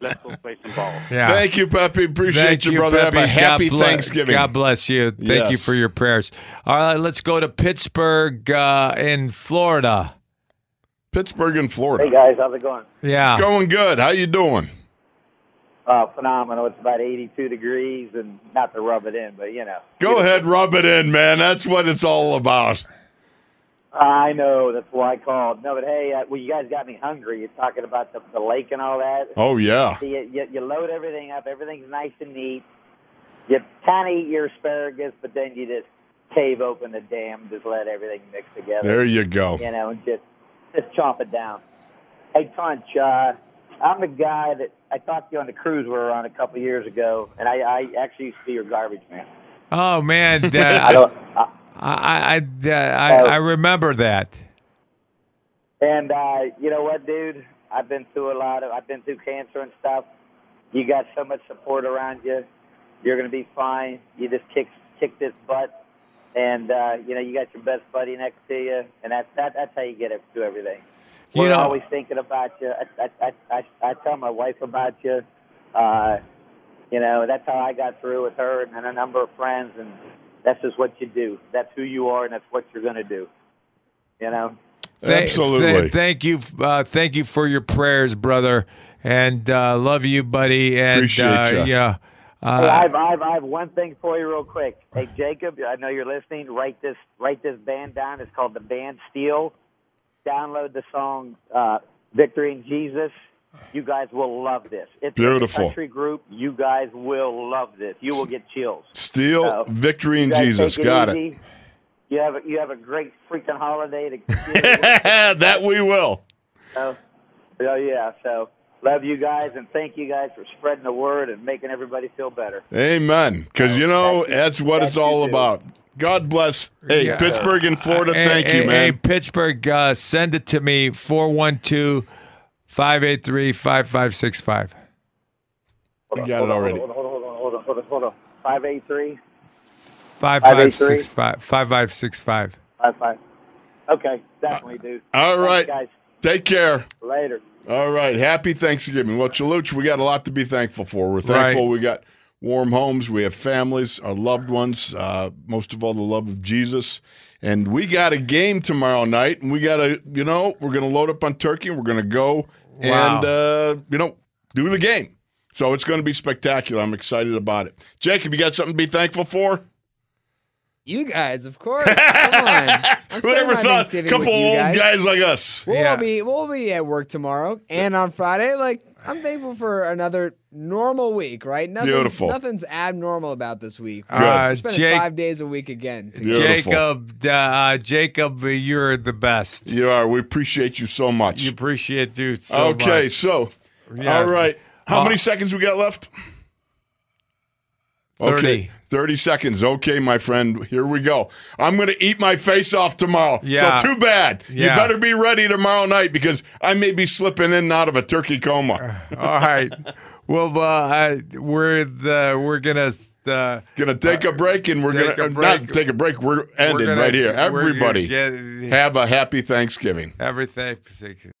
[SPEAKER 10] Let's go play some ball.
[SPEAKER 2] Yeah.
[SPEAKER 3] Thank you, Pepe. Appreciate
[SPEAKER 2] Thank
[SPEAKER 3] you, brother. Have
[SPEAKER 2] Pepe.
[SPEAKER 3] a
[SPEAKER 2] God
[SPEAKER 3] happy
[SPEAKER 2] ble-
[SPEAKER 3] Thanksgiving.
[SPEAKER 2] God bless you. Thank you
[SPEAKER 3] Yes.
[SPEAKER 2] for your prayers. All right, let's go to Pittsburgh uh, in Florida.
[SPEAKER 3] Pittsburgh and Florida.
[SPEAKER 6] Hey guys, how's it going?
[SPEAKER 2] Yeah.
[SPEAKER 3] It's going good. How you doing?
[SPEAKER 6] Uh, phenomenal. It's about 82 degrees, and not to rub it in, but you know.
[SPEAKER 3] Go ahead, rub it in, man. That's what it's all about.
[SPEAKER 6] I know that's why I called. No, but hey, uh, well, you guys got me hungry. You're talking about the, the lake and all that.
[SPEAKER 3] Oh yeah.
[SPEAKER 6] So you, you, you load everything up. Everything's nice and neat. You kind of eat your asparagus, but then you just
[SPEAKER 11] cave open the dam, just let everything mix together.
[SPEAKER 3] There you go.
[SPEAKER 11] You know, and just just chomp it down. Hey, Tunch, uh, I'm the guy that I talked to you on the cruise we were on a couple of years ago, and I, I actually used to be your garbage man.
[SPEAKER 2] Oh man, uh,
[SPEAKER 11] I don't. I,
[SPEAKER 2] I I, uh, I I remember that.
[SPEAKER 11] And uh, you know what, dude? I've been through a lot of. I've been through cancer and stuff. You got so much support around you. You're gonna be fine. You just kick kick this butt, and uh, you know you got your best buddy next to you, and that's that, that's how you get it through everything.
[SPEAKER 2] You
[SPEAKER 11] We're
[SPEAKER 2] know-
[SPEAKER 11] always thinking about you. I I, I, I I tell my wife about you. Uh, you know that's how I got through with her and a number of friends, and that's just what you do. That's who you are, and that's what you're gonna do. You know.
[SPEAKER 2] Thank-
[SPEAKER 3] Absolutely.
[SPEAKER 2] th- thank you. Uh, thank you for your prayers, brother, and uh, love you, buddy. And
[SPEAKER 3] Appreciate ya.
[SPEAKER 2] uh, yeah, uh,
[SPEAKER 11] Hey, I've, I've, I've one thing for you, real quick. Hey, Jacob, I know you're listening. Write this, write this band down. It's called the band Steel. Download the song uh, "Victory in Jesus." You guys will love this. It's
[SPEAKER 3] Beautiful.
[SPEAKER 11] a country group. You guys will love this. You will get chills.
[SPEAKER 3] Steel,
[SPEAKER 11] Uh,
[SPEAKER 3] victory
[SPEAKER 11] You
[SPEAKER 3] in
[SPEAKER 11] guys
[SPEAKER 3] Jesus.
[SPEAKER 11] take
[SPEAKER 3] Got it.
[SPEAKER 11] easy. You have a, you have a great freaking holiday. To
[SPEAKER 3] that we will.
[SPEAKER 11] so, so Oh, yeah. So love you guys and thank you guys for spreading the word and making everybody feel better.
[SPEAKER 3] Amen. Because, you know, that's what it's
[SPEAKER 11] that you
[SPEAKER 3] all
[SPEAKER 11] do.
[SPEAKER 3] about. God bless. Hey,
[SPEAKER 2] Yeah.
[SPEAKER 3] Pittsburgh and Florida,
[SPEAKER 2] hey,
[SPEAKER 3] thank
[SPEAKER 2] hey,
[SPEAKER 3] you,
[SPEAKER 2] hey,
[SPEAKER 3] man.
[SPEAKER 2] Pittsburgh, uh, send it to me 412 583 5565.
[SPEAKER 11] Hold
[SPEAKER 3] You
[SPEAKER 11] on,
[SPEAKER 3] got
[SPEAKER 11] hold
[SPEAKER 3] it
[SPEAKER 11] on,
[SPEAKER 3] already.
[SPEAKER 11] Hold on, hold on, hold on, hold on, hold on. Five eight three
[SPEAKER 2] 5565. 5565.
[SPEAKER 11] five five. Okay, definitely, dude.
[SPEAKER 3] All right.
[SPEAKER 11] Thanks,
[SPEAKER 3] Take care.
[SPEAKER 11] guys. Later.
[SPEAKER 3] All right. Happy Thanksgiving. Well, Chaluch, we got a lot to be thankful for. We're thankful
[SPEAKER 2] Right.
[SPEAKER 3] we got warm homes, we have families, our loved ones, uh, most of all, the love of Jesus. And we got a game tomorrow night, and we got to, you know, we're going to load up on turkey, and we're going to go
[SPEAKER 2] Wow.
[SPEAKER 3] and, uh, you know, do the game. So it's going to be spectacular. I'm excited about it. Jacob, you got something to be thankful for?
[SPEAKER 7] You guys, of course. Come on. I'm
[SPEAKER 3] Who
[SPEAKER 7] spending
[SPEAKER 3] ever
[SPEAKER 7] my
[SPEAKER 3] thought a
[SPEAKER 7] Thanksgiving
[SPEAKER 3] couple
[SPEAKER 7] with you
[SPEAKER 3] old
[SPEAKER 7] guys.
[SPEAKER 3] guys. like us?
[SPEAKER 7] We'll
[SPEAKER 2] Yeah.
[SPEAKER 7] be we'll be at work tomorrow and on Friday. Like I'm thankful for another normal week, right? Nothing's,
[SPEAKER 3] Beautiful.
[SPEAKER 7] Nothing's abnormal about this week.
[SPEAKER 2] Uh,
[SPEAKER 7] Spending
[SPEAKER 2] Jake-
[SPEAKER 7] five days a week again.
[SPEAKER 3] Beautiful.
[SPEAKER 2] Jacob, uh, Jacob, you're the best.
[SPEAKER 3] You are. We appreciate you so much.
[SPEAKER 2] You appreciate you so
[SPEAKER 3] okay,
[SPEAKER 2] much.
[SPEAKER 3] so
[SPEAKER 2] Yeah.
[SPEAKER 3] all right. How
[SPEAKER 2] Uh,
[SPEAKER 3] many seconds we got left? Okay,
[SPEAKER 2] 30.
[SPEAKER 3] 30 seconds. Okay, my friend, here we go. I'm going to eat my face off tomorrow.
[SPEAKER 2] Yeah.
[SPEAKER 3] So, too bad.
[SPEAKER 2] Yeah.
[SPEAKER 3] You better be ready tomorrow night because I may be slipping in and out of a turkey coma.
[SPEAKER 2] All right. Well, uh, I, we're the, we're gonna uh,
[SPEAKER 3] Going to take a break and we're
[SPEAKER 2] Take
[SPEAKER 3] going to
[SPEAKER 2] a break.
[SPEAKER 3] not take a break. We're ending
[SPEAKER 2] we're gonna-
[SPEAKER 3] right here.
[SPEAKER 2] we're gonna
[SPEAKER 3] Everybody,
[SPEAKER 2] get
[SPEAKER 3] have a happy Thanksgiving.
[SPEAKER 2] everything.